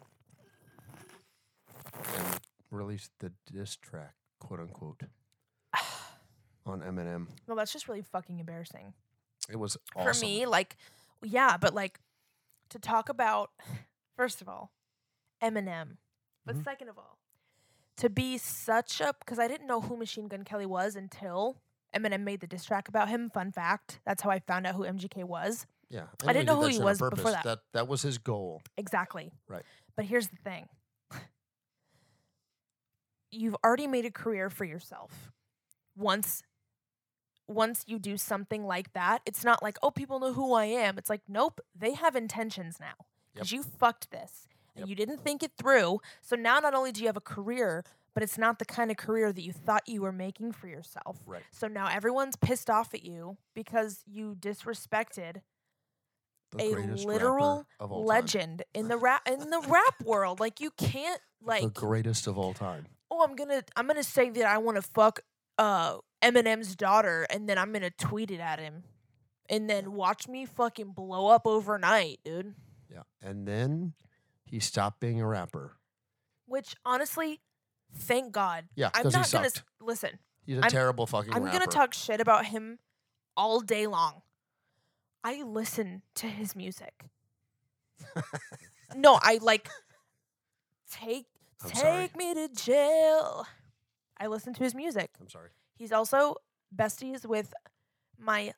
Speaker 3: And released the diss track,
Speaker 4: *sighs*
Speaker 3: quote unquote, on Eminem.
Speaker 4: Well, that's just really fucking embarrassing.
Speaker 3: It was awesome.
Speaker 4: For me, like yeah, but like to talk about first of all, Eminem. But
Speaker 3: Mhm.
Speaker 4: second of all, to be such a because I didn't know who Machine Gun Kelly was until Eminem made the diss track about him. Fun fact. That's how I found out who MGK was.
Speaker 3: yeah,
Speaker 4: I didn't know
Speaker 3: he did
Speaker 4: who
Speaker 3: that
Speaker 4: he
Speaker 3: shit on
Speaker 4: was before
Speaker 3: purpose.
Speaker 4: that.
Speaker 3: that. That was his goal.
Speaker 4: Exactly.
Speaker 3: Right.
Speaker 4: But here's the thing *laughs* you've already made a career for yourself. Once once you do something like that, it's not like, oh, people know who I am. It's like, nope, they have intentions now. Because you fucked this and
Speaker 3: Yep.
Speaker 4: you didn't think it through. So now not only do you have a career, but it's not the kind of career that you thought you were making for yourself.
Speaker 3: Right.
Speaker 4: So now everyone's pissed off at you because you disrespected
Speaker 3: The
Speaker 4: A
Speaker 3: greatest
Speaker 4: literal
Speaker 3: rapper of all time.
Speaker 4: legend in the rap in the rap world. Like you can't like
Speaker 3: the greatest of all time.
Speaker 4: oh I'm gonna I'm gonna say that I want to fuck uh Eminem's daughter and then I'm gonna tweet it at him and then watch me fucking blow up overnight, dude.
Speaker 3: Yeah. And then he stopped being a rapper.
Speaker 4: Which honestly, thank God.
Speaker 3: Yeah,
Speaker 4: I'm
Speaker 3: 'cause he
Speaker 4: not gonna
Speaker 3: sucked.
Speaker 4: s- listen.
Speaker 3: He's a
Speaker 4: I'm-
Speaker 3: terrible fucking
Speaker 4: I'm
Speaker 3: rapper.
Speaker 4: gonna talk shit about him all day long. I listen to his music. no, I like take
Speaker 3: *laughs* I'm
Speaker 4: take
Speaker 3: sorry.
Speaker 4: me to jail. I listen to his music.
Speaker 3: I'm sorry.
Speaker 4: He's also besties with my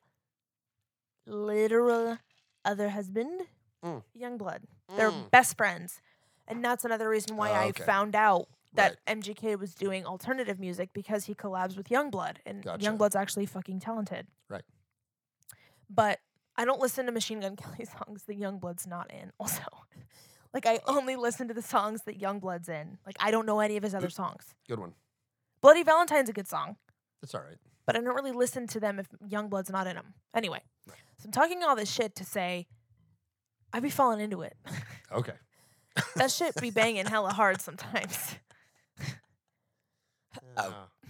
Speaker 4: literal other husband,
Speaker 3: Mm.
Speaker 4: Youngblood. They're
Speaker 3: Mm.
Speaker 4: best friends. And that's another reason why
Speaker 3: Oh,
Speaker 4: I
Speaker 3: okay.
Speaker 4: found out that MGK was doing alternative music because he collabs with Youngblood, and
Speaker 3: Gotcha.
Speaker 4: Youngblood's actually fucking talented.
Speaker 3: Right.
Speaker 4: But I don't listen to Machine Gun *laughs* Kelly songs that Youngblood's not in. Also, like I only listen to the songs that Youngblood's in. Like I don't know any of his other songs.
Speaker 3: Good one.
Speaker 4: Bloody Valentine's a good song,
Speaker 3: That's all right.
Speaker 4: but I don't really listen to them if Youngblood's not in them. Anyway, so I'm talking all this shit to say I be falling into it. *laughs*
Speaker 3: Okay.
Speaker 4: that shit be banging hella hard sometimes. *laughs* Oh.
Speaker 3: Uh,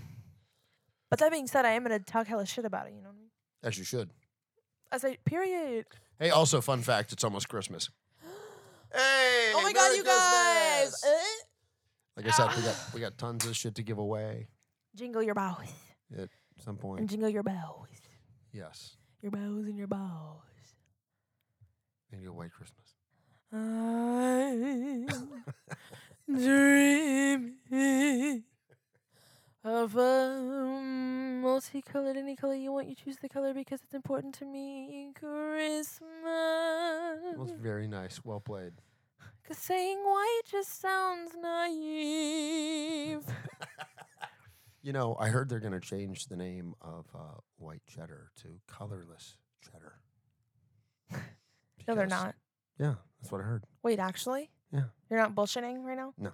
Speaker 4: But that being said, I am gonna talk hella shit about it. You know what I mean?
Speaker 3: as you should.
Speaker 4: I say, period.
Speaker 3: Hey, also fun fact, it's
Speaker 4: *gasps*
Speaker 3: almost Christmas. Hey!
Speaker 4: oh my god, you guys! Eh?
Speaker 3: Like I said, we
Speaker 4: *gasps*
Speaker 3: got we got tons of shit to give away
Speaker 4: Jingle your bows
Speaker 3: at some
Speaker 4: and
Speaker 3: point.
Speaker 4: jingle your bows,
Speaker 3: Yes.
Speaker 4: your bows and your bows.
Speaker 3: And you away Christmas.
Speaker 4: I'm dreaming of a multicolored, any color you want. You choose the color because it's important to me.
Speaker 3: Well, it's
Speaker 4: Christmas.
Speaker 3: very nice. Well played.
Speaker 4: Cause saying white just sounds
Speaker 3: *laughs*
Speaker 4: naive.
Speaker 3: You know, I heard they're gonna change the name of uh, white cheddar to colorless cheddar.
Speaker 4: *laughs* No, they're
Speaker 3: Because-
Speaker 4: not.
Speaker 3: Yeah, that's what I heard.
Speaker 4: Wait, actually?
Speaker 3: Yeah.
Speaker 4: You're not bullshitting right now?
Speaker 3: No.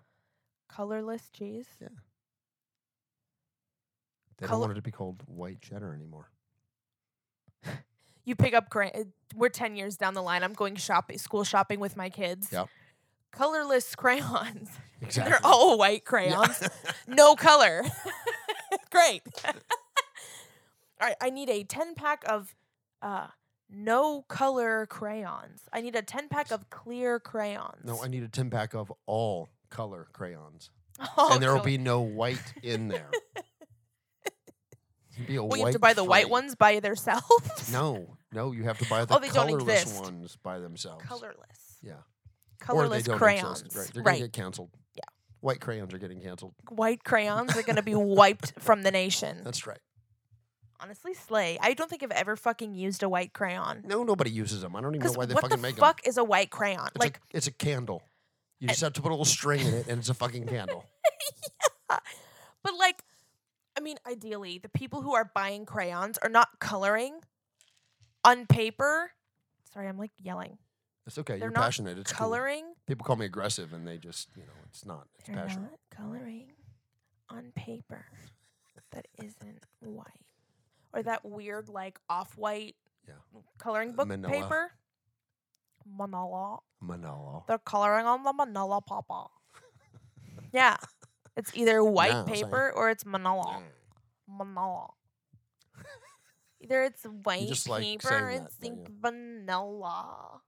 Speaker 4: Colorless cheese?
Speaker 3: Yeah. They
Speaker 4: Color-
Speaker 3: don't want it to be called white cheddar anymore.
Speaker 4: You pick up grant. uh, We're 10 years down the line. I'm going shopping, school shopping with my kids.
Speaker 3: Yep.
Speaker 4: Colorless *laughs* crayons. *laughs*
Speaker 3: Exactly.
Speaker 4: They're
Speaker 3: *laughs*
Speaker 4: all white crayons. no color. *laughs* Great. all right, I need a 10 pack of uh, no color crayons. I need a 10 pack of clear crayons.
Speaker 3: No,
Speaker 4: *laughs*
Speaker 3: I need a 10 pack of all color crayons.
Speaker 4: Oh,
Speaker 3: and there will
Speaker 4: cool.
Speaker 3: be no white in
Speaker 4: *laughs*
Speaker 3: there. It'd be a
Speaker 4: Well, you have to buy the white
Speaker 3: frame.
Speaker 4: ones by themselves.
Speaker 3: No, no, you have
Speaker 4: *laughs*
Speaker 3: to buy the
Speaker 4: Oh, they don't
Speaker 3: colorless
Speaker 4: exist.
Speaker 3: ones by themselves.
Speaker 4: *laughs* Colorless.
Speaker 3: Yeah. or they
Speaker 4: Colorless
Speaker 3: don't
Speaker 4: crayons.
Speaker 3: exist. Right, they're
Speaker 4: right.
Speaker 3: gonna get canceled. Yeah, white crayons are getting canceled.
Speaker 4: White crayons are going to be wiped from the nation.
Speaker 3: That's right.
Speaker 4: Honestly, slay. I don't think I've ever fucking used a white crayon.
Speaker 3: No, nobody uses them. I don't even know
Speaker 4: Because
Speaker 3: why they
Speaker 4: what
Speaker 3: fucking
Speaker 4: the
Speaker 3: make
Speaker 4: fuck is a white crayon?
Speaker 3: them. It's
Speaker 4: like,
Speaker 3: a, it's a candle. You just have to put a little string in it, and it's a
Speaker 4: *laughs*
Speaker 3: fucking candle.
Speaker 4: but like, I mean, ideally, the people who are buying crayons are not coloring on paper. Sorry, I'm like yelling.
Speaker 3: It's okay.
Speaker 4: They're
Speaker 3: You're
Speaker 4: not
Speaker 3: passionate. It's cool.
Speaker 4: coloring.
Speaker 3: People call me aggressive, and they just, you know, it's not. It's
Speaker 4: They're
Speaker 3: passion.
Speaker 4: not coloring on paper that isn't white. Or that weird, like, off white
Speaker 3: Yeah.
Speaker 4: coloring book
Speaker 3: Manila.
Speaker 4: paper. Manila.
Speaker 3: Manolo.
Speaker 4: They're coloring on the Manila Papa. yeah. It's either white
Speaker 3: *laughs* Yeah, I'm saying.
Speaker 4: paper or it's Manila.
Speaker 3: Mm.
Speaker 4: Manila. Either it's white
Speaker 3: just like
Speaker 4: paper
Speaker 3: saying
Speaker 4: or
Speaker 3: that,
Speaker 4: it's
Speaker 3: but yeah.
Speaker 4: vanilla.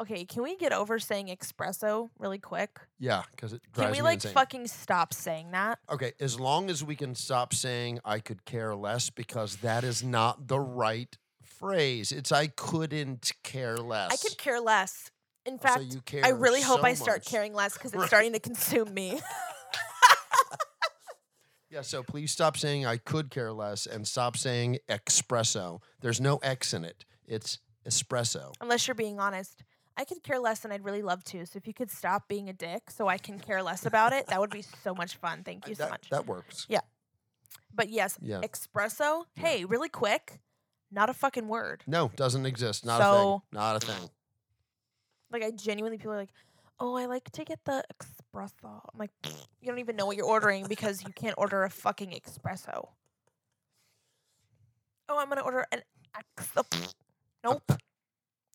Speaker 4: Okay, can we get over saying espresso really quick?
Speaker 3: Yeah, because it drives
Speaker 4: Can we
Speaker 3: me
Speaker 4: like
Speaker 3: insane.
Speaker 4: fucking stop saying that?
Speaker 3: Okay, as long as we can stop saying I could care less because that is not the right phrase. It's I couldn't care less.
Speaker 4: I could care less. In
Speaker 3: Oh, so
Speaker 4: fact,
Speaker 3: you
Speaker 4: I
Speaker 3: care
Speaker 4: really hope
Speaker 3: so
Speaker 4: I start
Speaker 3: much.
Speaker 4: caring less
Speaker 3: *laughs*
Speaker 4: because it's
Speaker 3: Right.
Speaker 4: starting to consume me.
Speaker 3: Yeah, so please stop saying I could care less and stop saying espresso. There's no X in it. It's espresso.
Speaker 4: Unless you're being honest. I could care less and I'd really love to. So if you could stop being a dick so I can care less about it, that would be so much fun. Thank you so
Speaker 3: Uh, that,
Speaker 4: much.
Speaker 3: that works.
Speaker 4: but yes,
Speaker 3: Yeah.
Speaker 4: espresso,
Speaker 3: Yeah.
Speaker 4: hey, really quick, not a fucking word.
Speaker 3: No, doesn't exist. Not a thing.
Speaker 4: So-
Speaker 3: Not a thing.
Speaker 4: Like I genuinely people are like, "Oh, I like to get the espresso." I'm like, "You don't even know what you're ordering because you can't order a fucking espresso." Oh, I'm gonna order an ex-
Speaker 3: *laughs*
Speaker 4: Nope.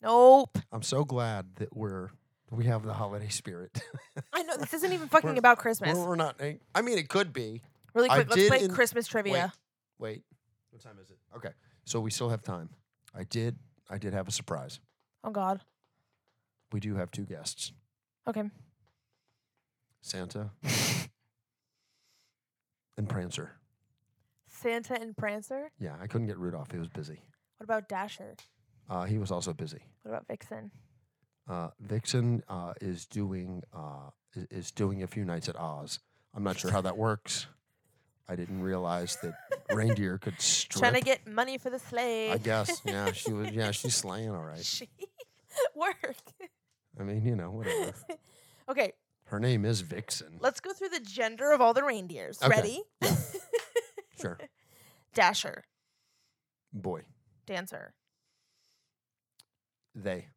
Speaker 4: Nope.
Speaker 3: I'm so glad that we're we have the holiday spirit. *laughs*
Speaker 4: I know this isn't even fucking
Speaker 3: We're-
Speaker 4: about
Speaker 3: we're,
Speaker 4: Christmas.
Speaker 3: we're not. eh, I mean, it could be.
Speaker 4: Really
Speaker 3: I
Speaker 4: quick, let's
Speaker 3: did
Speaker 4: play
Speaker 3: in-
Speaker 4: Christmas trivia.
Speaker 3: Wait, wait. What time is it? Okay, so we still have time. I did. I did have a surprise.
Speaker 4: Oh God.
Speaker 3: We do have two guests,
Speaker 4: Okay. *laughs*
Speaker 3: Santa and Prancer.
Speaker 4: Santa and Prancer.
Speaker 3: Yeah, I couldn't get Rudolph. He was busy.
Speaker 4: What about Dasher?
Speaker 3: Uh, he was also busy.
Speaker 4: What about Vixen?
Speaker 3: Uh, Vixen uh, is doing uh, i- is doing a few nights at Oz. I'm not sure how that works. I didn't realize that reindeer could strip.
Speaker 4: Trying to get money for the sleigh.
Speaker 3: I guess. Yeah, she was. Yeah, she's slaying all
Speaker 4: *laughs*
Speaker 3: right.
Speaker 4: she work.
Speaker 3: I mean, you know, whatever.
Speaker 4: *laughs* okay,
Speaker 3: Her name is Vixen.
Speaker 4: let's go through the gender of all the reindeers.
Speaker 3: Okay.
Speaker 4: Ready?
Speaker 3: Sure,
Speaker 4: *laughs* Dasher,
Speaker 3: boy.
Speaker 4: dancer,
Speaker 3: They.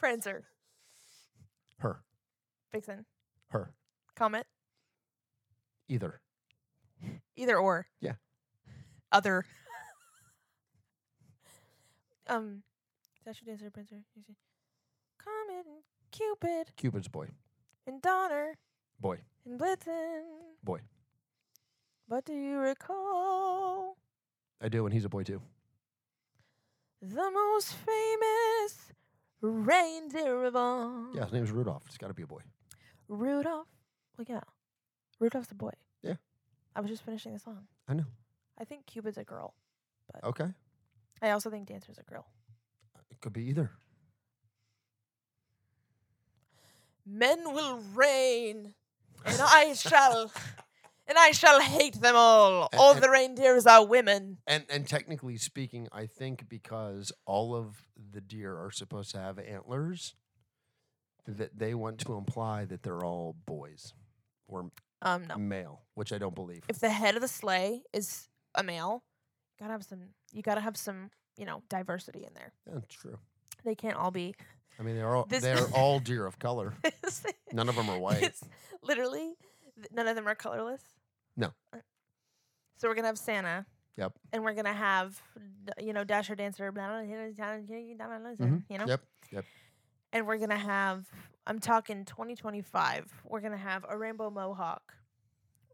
Speaker 4: prancer,
Speaker 3: Her.
Speaker 4: vixen,
Speaker 3: Her.
Speaker 4: comet,
Speaker 3: Either.
Speaker 4: either or.
Speaker 3: Yeah.
Speaker 4: Other. *laughs* um, dasher, dancer, prancer, dancer. comet, and Cupid,
Speaker 3: Cupid's boy.
Speaker 4: and Donner,
Speaker 3: Boy.
Speaker 4: and Blitzen.
Speaker 3: Boy.
Speaker 4: But do you recall?
Speaker 3: I do, and he's a boy too.
Speaker 4: The most famous reindeer of all.
Speaker 3: Yeah, his name's Rudolph. It's got to be a boy.
Speaker 4: Rudolph. Well, yeah. Rudolph's a boy.
Speaker 3: Yeah.
Speaker 4: I was just finishing the song.
Speaker 3: I know.
Speaker 4: I think Cupid's a girl.
Speaker 3: Okay.
Speaker 4: I also think Dancer's a girl.
Speaker 3: It could be either.
Speaker 4: Men will reign, and
Speaker 3: *laughs*
Speaker 4: I shall, and I shall hate them all.
Speaker 3: And-
Speaker 4: All
Speaker 3: and-
Speaker 4: the reindeers are women.
Speaker 3: And and technically speaking, I think because all of the deer are supposed to have antlers, that they want to imply that they're all boys or
Speaker 4: Um, no.
Speaker 3: male, which I don't believe.
Speaker 4: If the head of the sleigh is a male, gotta have some. You gotta have some, you know, diversity in there.
Speaker 3: That's true.
Speaker 4: They can't all be.
Speaker 3: I mean, they're all
Speaker 4: This-
Speaker 3: they're
Speaker 4: *laughs*
Speaker 3: all deer of color. None of them are white.
Speaker 4: It's literally th- none of them are colorless.
Speaker 3: No.
Speaker 4: Uh, So we're gonna have Santa.
Speaker 3: Yep.
Speaker 4: And we're gonna have d- you know Dasher Dancer, blah, blah, blah, blah, blah, blah, blah,
Speaker 3: Mhm.
Speaker 4: you know.
Speaker 3: Yep.
Speaker 4: And we're gonna have I'm talking 2025. We're gonna have a rainbow mohawk.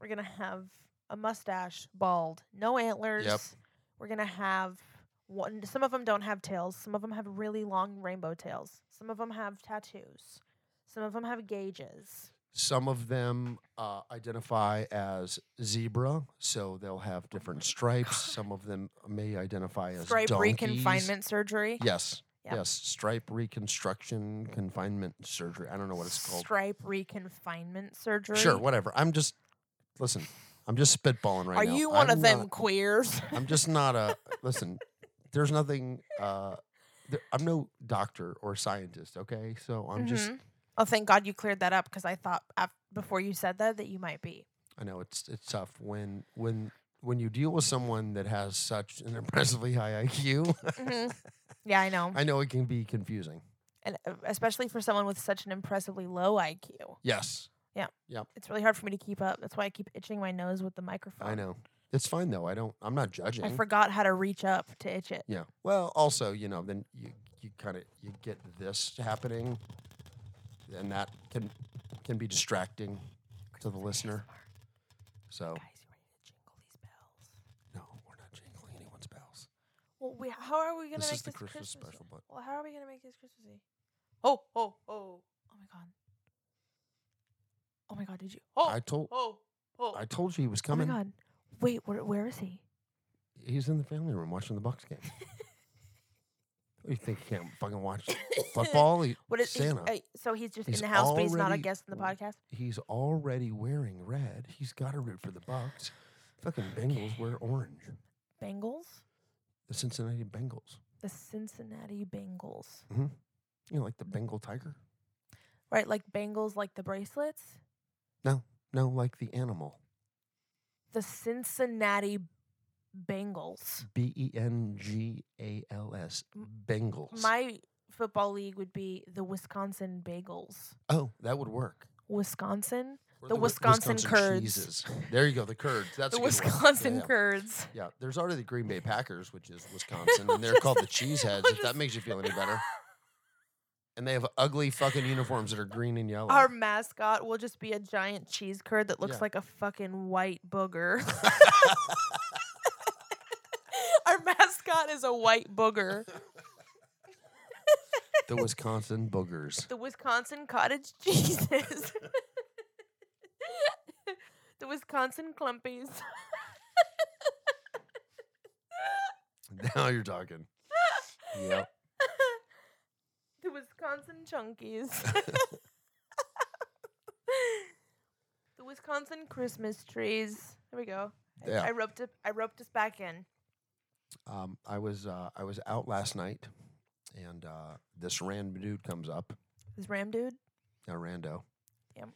Speaker 4: We're gonna have a mustache, bald, no antlers. We're gonna have One, some of them don't have tails. Some of them have really long rainbow tails. Some of them have tattoos. Some of them have gauges.
Speaker 3: Some of them uh, identify as zebra, so they'll have different stripes. Some of them may identify as
Speaker 4: Stripe
Speaker 3: donkeys.
Speaker 4: reconfinement surgery.
Speaker 3: Yes.
Speaker 4: Yeah.
Speaker 3: Yes, stripe reconstruction confinement surgery. I don't know what it's called.
Speaker 4: Stripe reconfinement surgery.
Speaker 3: Sure, whatever. I'm just listen. I'm just spitballing right
Speaker 4: Are
Speaker 3: now. uh,
Speaker 4: you one
Speaker 3: I'm
Speaker 4: of them
Speaker 3: not-
Speaker 4: queers?
Speaker 3: I'm just not a listen. There's nothing. Uh, there, I'm no doctor or scientist. Okay, so I'm just.
Speaker 4: Mhm. Oh, thank God you cleared that up because I thought af- before you said that that you might be.
Speaker 3: I know it's it's tough when when when you deal with someone that has such an *laughs* impressively high IQ. *laughs*
Speaker 4: Mhm. yeah, I know.
Speaker 3: I know it can be confusing.
Speaker 4: and uh, especially for someone with such an impressively low IQ,
Speaker 3: Yes,
Speaker 4: it's really hard for me to keep up. That's why I keep itching my nose with the microphone.
Speaker 3: I know. It's fine though. I don't. I'm not judging.
Speaker 4: Oh. I forgot how to reach up to itch it.
Speaker 3: Yeah. Well, also, you know, then you you kind of you get this happening, and that can can be distracting to the listener. Oh. So
Speaker 4: Guys, you ready to jingle these bells?
Speaker 3: no, we're not jingling anyone's bells.
Speaker 4: Well, we, how are we gonna
Speaker 3: This
Speaker 4: make
Speaker 3: is the
Speaker 4: this
Speaker 3: Christmas special, but
Speaker 4: Well, how are we gonna make this Christmassy? Oh, oh, oh! Oh my God! Oh my God! Did you? Oh,
Speaker 3: I told
Speaker 4: oh, oh!
Speaker 3: I told you he was
Speaker 4: oh my
Speaker 3: coming.
Speaker 4: God! Wait, where, where is he?
Speaker 3: He's in the family room watching the Bucks
Speaker 4: *laughs*
Speaker 3: game. what do you think? He can't fucking
Speaker 4: *laughs*
Speaker 3: watch football? He-
Speaker 4: What is
Speaker 3: Santa?
Speaker 4: He, uh, so he's just
Speaker 3: He's
Speaker 4: in the house, but he's not a
Speaker 3: already-
Speaker 4: guest in the podcast.
Speaker 3: He's already wearing red. He's got to root for the Bucks. Fucking Bengals wear orange.
Speaker 4: Bengals,
Speaker 3: The Cincinnati Bengals.
Speaker 4: the Cincinnati Bengals,
Speaker 3: You know, like the Bengal tiger.
Speaker 4: right? Like Bengals, like the bracelets.
Speaker 3: No, like the animal.
Speaker 4: The Cincinnati Bengals.
Speaker 3: B E N G A L S. Bengals.
Speaker 4: My football league would be the Wisconsin Bagels.
Speaker 3: oh, that would work.
Speaker 4: Wisconsin.
Speaker 3: Or
Speaker 4: The
Speaker 3: Wi-
Speaker 4: Wisconsin Kurds.
Speaker 3: cheeses. There you go, the Kurds. That's
Speaker 4: the
Speaker 3: a good one. Yeah,
Speaker 4: Wisconsin
Speaker 3: yeah.
Speaker 4: Kurds.
Speaker 3: Yeah, there's already the Green Bay Packers, which is Wisconsin, and they're called the Cheeseheads, if that makes you feel any
Speaker 4: *laughs*
Speaker 3: better. And they have ugly fucking uniforms that are green and yellow.
Speaker 4: Our mascot will just be a giant cheese curd that looks
Speaker 3: Yeah.
Speaker 4: like a fucking white
Speaker 3: *laughs*
Speaker 4: booger. *laughs* Our mascot is a white booger.
Speaker 3: the Wisconsin Boogers. *laughs*
Speaker 4: The Wisconsin cottage *laughs* cheeses. the Wisconsin clumpies.
Speaker 3: Now you're talking. Yep.
Speaker 4: the Wisconsin chunkies. the Wisconsin Christmas trees. There we go. I-
Speaker 3: Yeah.
Speaker 4: I, roped it, I roped us back in.
Speaker 3: Um, I was uh, I was out last night, and uh, this random dude comes up,
Speaker 4: This ram dude.
Speaker 3: a rando.
Speaker 4: Yep.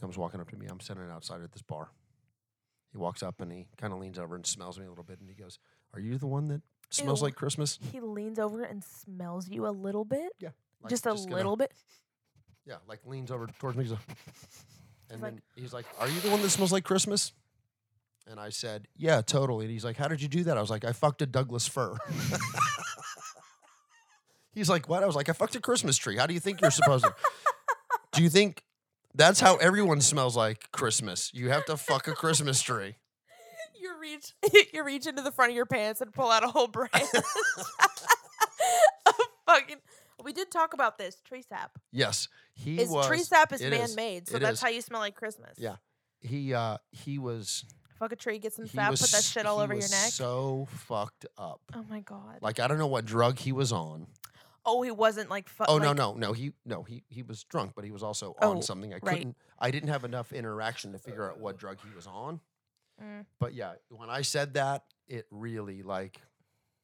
Speaker 3: Comes walking up to me. I'm sitting outside at this bar. He walks up and he kind of leans over and smells me a little bit, and he goes, "Are you the one that smells
Speaker 4: Ew.
Speaker 3: like Christmas?"
Speaker 4: He leans over and smells you a little bit.
Speaker 3: Like,
Speaker 4: just a
Speaker 3: kinda-
Speaker 4: little bit.
Speaker 3: Yeah, like leans over towards me. He's like, and
Speaker 4: like-
Speaker 3: then he's like, "Are you the one that smells like Christmas?" And I said, "Yeah, totally." And he's like, "How did you do that?" I was like, "I fucked a Douglas fir." *laughs* he's like, "What?" I was like, "I fucked a Christmas tree." How do you think you're supposed to? *laughs* do you think that's how everyone smells like Christmas? You have to fuck a Christmas tree.
Speaker 4: You reach *laughs* you reach into the front of your pants and pull out a whole branch. *laughs* of fucking we did talk about this tree sap.
Speaker 3: Yes, he
Speaker 4: Is
Speaker 3: was.
Speaker 4: tree sap is
Speaker 3: it
Speaker 4: man
Speaker 3: is,
Speaker 4: made, so
Speaker 3: it
Speaker 4: that's
Speaker 3: is.
Speaker 4: how you smell like Christmas.
Speaker 3: Yeah. he uh, he was.
Speaker 4: Fuck a tree, get some
Speaker 3: He
Speaker 4: sap,
Speaker 3: was
Speaker 4: put that
Speaker 3: s-
Speaker 4: shit all
Speaker 3: he
Speaker 4: over your
Speaker 3: was
Speaker 4: neck.
Speaker 3: So fucked up.
Speaker 4: oh my god.
Speaker 3: Like I don't know what drug he was on.
Speaker 4: oh, he wasn't like fuck.
Speaker 3: Oh no
Speaker 4: like-
Speaker 3: no no he no he he was drunk, but he was also
Speaker 4: Oh,
Speaker 3: on something. I
Speaker 4: right.
Speaker 3: couldn't. I didn't have enough interaction to figure out what drug he was on.
Speaker 4: Mm.
Speaker 3: But yeah, when I said that, it really like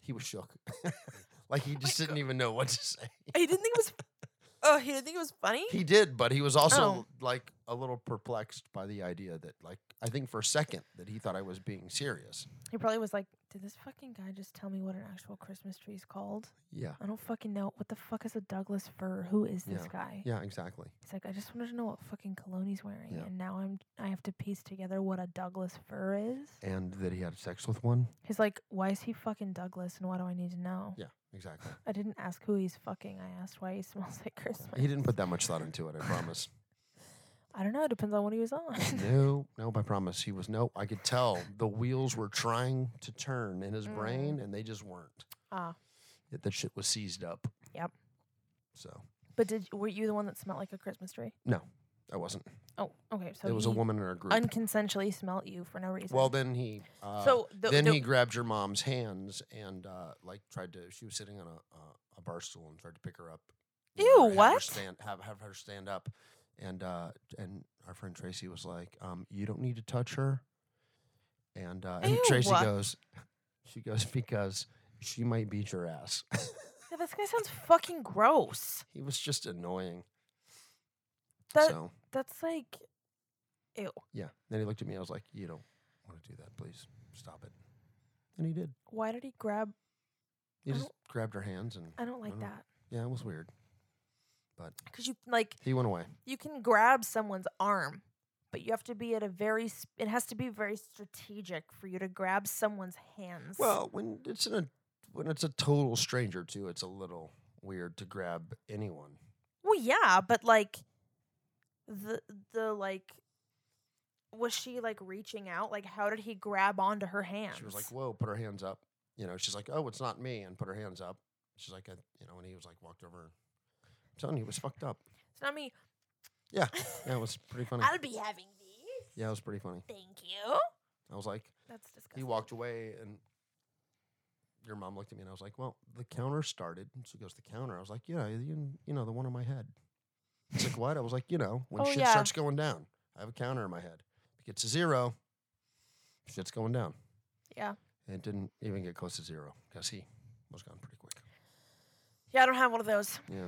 Speaker 3: he was shook. *laughs* like
Speaker 4: Oh
Speaker 3: he just didn't even know what
Speaker 4: *laughs*
Speaker 3: to say.
Speaker 4: *laughs* He didn't think it was. Oh, he didn't think it was funny.
Speaker 3: He did, but he was
Speaker 4: Oh.
Speaker 3: also like a little perplexed by the idea that like I think for a second that he thought I was being serious.
Speaker 4: He probably was like, "Did this fucking guy just tell me what an actual Christmas tree is called?
Speaker 3: Yeah.
Speaker 4: I don't fucking know. What the fuck is a Douglas fir? Who is this
Speaker 3: Yeah.
Speaker 4: guy?"
Speaker 3: Yeah, exactly.
Speaker 4: He's like, "I just wanted to know what fucking cologne he's wearing,
Speaker 3: Yeah.
Speaker 4: and now I'm I have to piece together what a Douglas fir is."
Speaker 3: And that he had sex with one.
Speaker 4: He's like, "Why is he fucking Douglas, and why do I need to know?"
Speaker 3: Yeah, exactly.
Speaker 4: I didn't ask who he's fucking. I asked why he *laughs* smells like Christmas.
Speaker 3: He didn't put that much thought into it, I promise.
Speaker 4: I don't know. It depends on what he was
Speaker 3: *laughs*
Speaker 4: on.
Speaker 3: No, nope, I promise.
Speaker 4: Mm.
Speaker 3: He was nope. I could tell the wheels were trying to turn in his brain and they just weren't.
Speaker 4: Ah.
Speaker 3: That, that shit was seized up.
Speaker 4: Yep.
Speaker 3: So
Speaker 4: But did were you the one that smelled like a Christmas tree?
Speaker 3: no, I wasn't.
Speaker 4: Oh, okay. So
Speaker 3: there was a
Speaker 4: he
Speaker 3: woman in our group.
Speaker 4: unconsensually smelt you for no reason.
Speaker 3: well, then he. Uh,
Speaker 4: so the,
Speaker 3: then
Speaker 4: the-
Speaker 3: he grabbed your mom's hands and uh, like tried to. She was sitting on a uh, a bar stool and tried to pick her up. you
Speaker 4: Ew,
Speaker 3: know, have her
Speaker 4: what?
Speaker 3: stand, have have her stand up, and uh, and our friend Tracy was like, um, "You don't need to touch her." And uh, and Tracy
Speaker 4: Ew.
Speaker 3: goes, *laughs* she goes because she might beat your ass. *laughs*
Speaker 4: Yeah, this guy sounds fucking gross.
Speaker 3: he was just annoying.
Speaker 4: That
Speaker 3: so
Speaker 4: that's like, ew.
Speaker 3: yeah, then he looked at me. I was like, "You don't want to do that. Please stop it." And he did.
Speaker 4: Why did he grab?
Speaker 3: He
Speaker 4: I
Speaker 3: just
Speaker 4: don't-
Speaker 3: grabbed her hands and
Speaker 4: I don't like
Speaker 3: don't know.
Speaker 4: that.
Speaker 3: yeah, it was weird.
Speaker 4: Cause you like
Speaker 3: He went away.
Speaker 4: you can grab someone's arm, but you have to be at a very. s- It has to be very strategic for you to grab someone's hands.
Speaker 3: Well, when it's in a when it's a total stranger too, it's a little weird to grab anyone.
Speaker 4: Well, yeah, but like the the like was she like reaching out? Like how did he grab onto her hands?
Speaker 3: She was like, "Whoa, put her hands up." You know, she's like, "Oh, it's not me," and put her hands up. She's like, I, "You know," and he was like, walked over. I'm telling you, it was fucked up.
Speaker 4: It's not
Speaker 3: *laughs*
Speaker 4: me.
Speaker 3: Yeah, yeah, it was pretty funny.
Speaker 4: I'll be having these.
Speaker 3: Yeah, it was pretty funny.
Speaker 4: Thank you.
Speaker 3: I was like,
Speaker 4: That's disgusting.
Speaker 3: he walked away, and your mom looked at me, and I was like, "Well, the counter started." And she goes, "The counter." I was like, "Yeah, you, you know, the one on my head." She's like, "What?" I was like, "You know, when
Speaker 4: Oh,
Speaker 3: shit
Speaker 4: yeah.
Speaker 3: starts going down, I have a counter in my head. If it gets to zero, shit's going down."
Speaker 4: Yeah.
Speaker 3: And it didn't even get close to zero because he was gone pretty quick.
Speaker 4: Yeah, I don't have one of those.
Speaker 3: Yeah.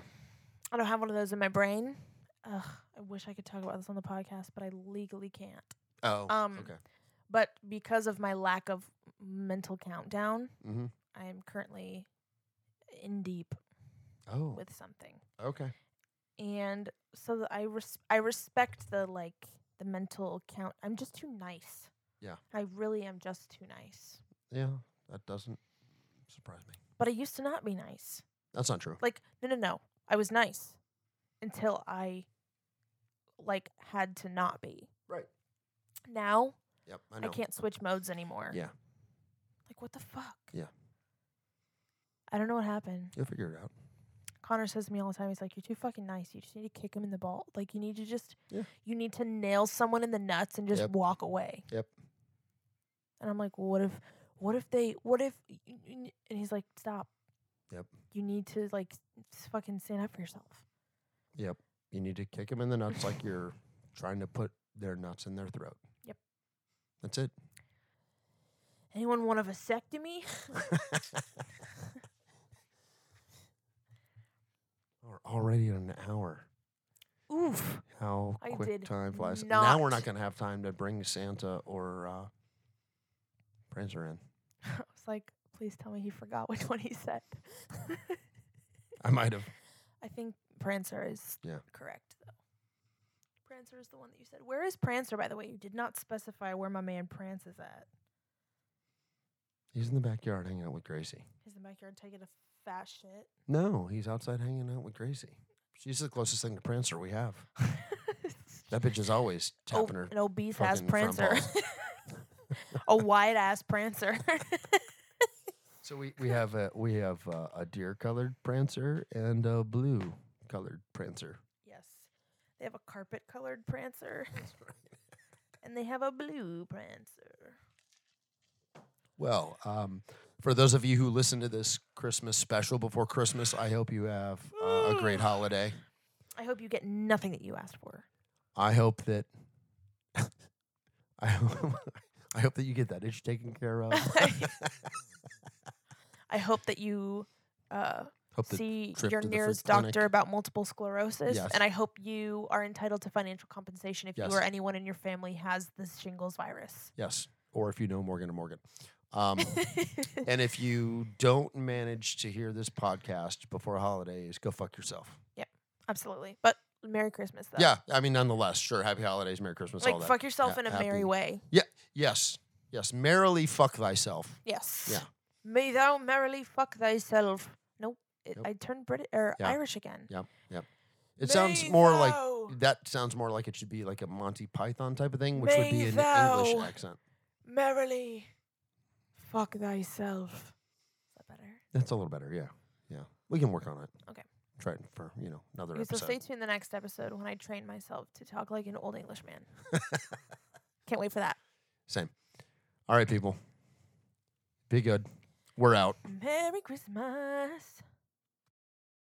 Speaker 4: I don't have one of those in my brain. Ugh, I wish I could talk about this on the podcast, but I legally can't.
Speaker 3: Oh.
Speaker 4: Um,
Speaker 3: okay.
Speaker 4: But because of my lack of mental countdown,
Speaker 3: Mm-hmm.
Speaker 4: I am currently in deep
Speaker 3: Oh.
Speaker 4: with something.
Speaker 3: okay.
Speaker 4: and so th- I res- I respect the like the mental count. I'm just too nice.
Speaker 3: Yeah.
Speaker 4: I really am just too nice.
Speaker 3: Yeah, that doesn't surprise me.
Speaker 4: But I used to not be nice.
Speaker 3: That's not true.
Speaker 4: Like no no no, I was nice until I like had to not be.
Speaker 3: Right.
Speaker 4: Now
Speaker 3: Yep. I
Speaker 4: I,
Speaker 3: know.
Speaker 4: can't switch modes anymore.
Speaker 3: Yeah.
Speaker 4: Like what the fuck?
Speaker 3: Yeah.
Speaker 4: I don't know what happened.
Speaker 3: You'll figure it out.
Speaker 4: Connor says to me all the time, he's like, "You're too fucking nice. You just need to kick him in the ball. Like you need to just,
Speaker 3: Yeah.
Speaker 4: you need to nail someone in the nuts and just
Speaker 3: Yep.
Speaker 4: walk away."
Speaker 3: Yep.
Speaker 4: And I'm like, well, "What if, what if they, what if?" y- y- y-" And he's like, "Stop.
Speaker 3: Yep.
Speaker 4: You need to like s- fucking stand up for yourself."
Speaker 3: You need to kick them in the nuts like you're trying to put their nuts in their throat.
Speaker 4: Yep. *laughs*
Speaker 3: That's it. *laughs*
Speaker 4: Anyone want a vasectomy? *sighs*
Speaker 3: We're already at an hour.
Speaker 4: Oof.
Speaker 3: How
Speaker 4: I
Speaker 3: quick
Speaker 4: did
Speaker 3: time flies. Now we're
Speaker 4: not-
Speaker 3: not going to have time to bring Santa or uh, Prancer in.
Speaker 4: I was like, "Please tell me he forgot which one he said."
Speaker 3: I might have.
Speaker 4: I think Prancer is
Speaker 3: Yeah.
Speaker 4: correct though. Prancer is the one that you said. Where is Prancer, by the way? You did not specify where my man Prance is at.
Speaker 3: He's in the backyard hanging out with Gracie.
Speaker 4: He's in the backyard taking a fat shit.
Speaker 3: No, he's outside hanging out with Gracie. She's the closest thing to Prancer we have. That bitch is always
Speaker 4: Oh,
Speaker 3: tapping her.
Speaker 4: an obese ass
Speaker 3: fucking front
Speaker 4: prancer. *laughs* a wide ass prancer. *laughs*
Speaker 3: So we, we have a we have uh, a deer colored Prancer and a blue colored Prancer.
Speaker 4: yes. They have a carpet colored
Speaker 3: *laughs*
Speaker 4: prancer. *laughs* and they have a blue prancer.
Speaker 3: Well, um, for those of you who listen to this Christmas special before Christmas, I hope you have uh, a
Speaker 4: Ah.
Speaker 3: great holiday.
Speaker 4: I hope you get nothing that you asked
Speaker 3: *laughs*
Speaker 4: for.
Speaker 3: I hope that *laughs* I hope, I hope that you get that itch taken
Speaker 4: *laughs*
Speaker 3: care of.
Speaker 4: I hope that you uh,
Speaker 3: hope that
Speaker 4: see
Speaker 3: trip
Speaker 4: your
Speaker 3: to the foot
Speaker 4: nearest
Speaker 3: clinic.
Speaker 4: doctor about multiple sclerosis.
Speaker 3: Yes.
Speaker 4: And I hope you are entitled to financial compensation if
Speaker 3: Yes.
Speaker 4: you or anyone in your family has the shingles
Speaker 3: *laughs*
Speaker 4: virus.
Speaker 3: yes, or if you know Morgan and Morgan. Um, and if you don't manage to hear this podcast before holidays, go fuck yourself.
Speaker 4: Absolutely. But Merry Christmas, though.
Speaker 3: Yeah, I mean, nonetheless, sure. Happy holidays, Merry Christmas, all
Speaker 4: Like,
Speaker 3: that.
Speaker 4: fuck yourself
Speaker 3: Ha-
Speaker 4: in a
Speaker 3: happy-
Speaker 4: merry way.
Speaker 3: yes, yes. Merrily fuck thyself.
Speaker 4: Yes.
Speaker 3: Yeah.
Speaker 4: May thou merrily fuck thyself. Nope. It,
Speaker 3: Nope.
Speaker 4: I turned British or
Speaker 3: Yeah.
Speaker 4: Irish again.
Speaker 3: It sounds
Speaker 4: May
Speaker 3: more like
Speaker 4: thou-
Speaker 3: that sounds more like it should be like a Monty Python type of thing, which would be
Speaker 4: May
Speaker 3: an
Speaker 4: thou-
Speaker 3: English accent.
Speaker 4: Merrily fuck thyself. Is that better?
Speaker 3: That's a little better. Yeah. Yeah. We can work on it.
Speaker 4: Okay.
Speaker 3: Try it for, you know, another
Speaker 4: Okay, so
Speaker 3: episode.
Speaker 4: stay tuned the next episode when I train myself to talk like an old English man. Can't wait for that.
Speaker 3: *laughs* Same. All right, people. Be good. We're out.
Speaker 4: Merry Christmas.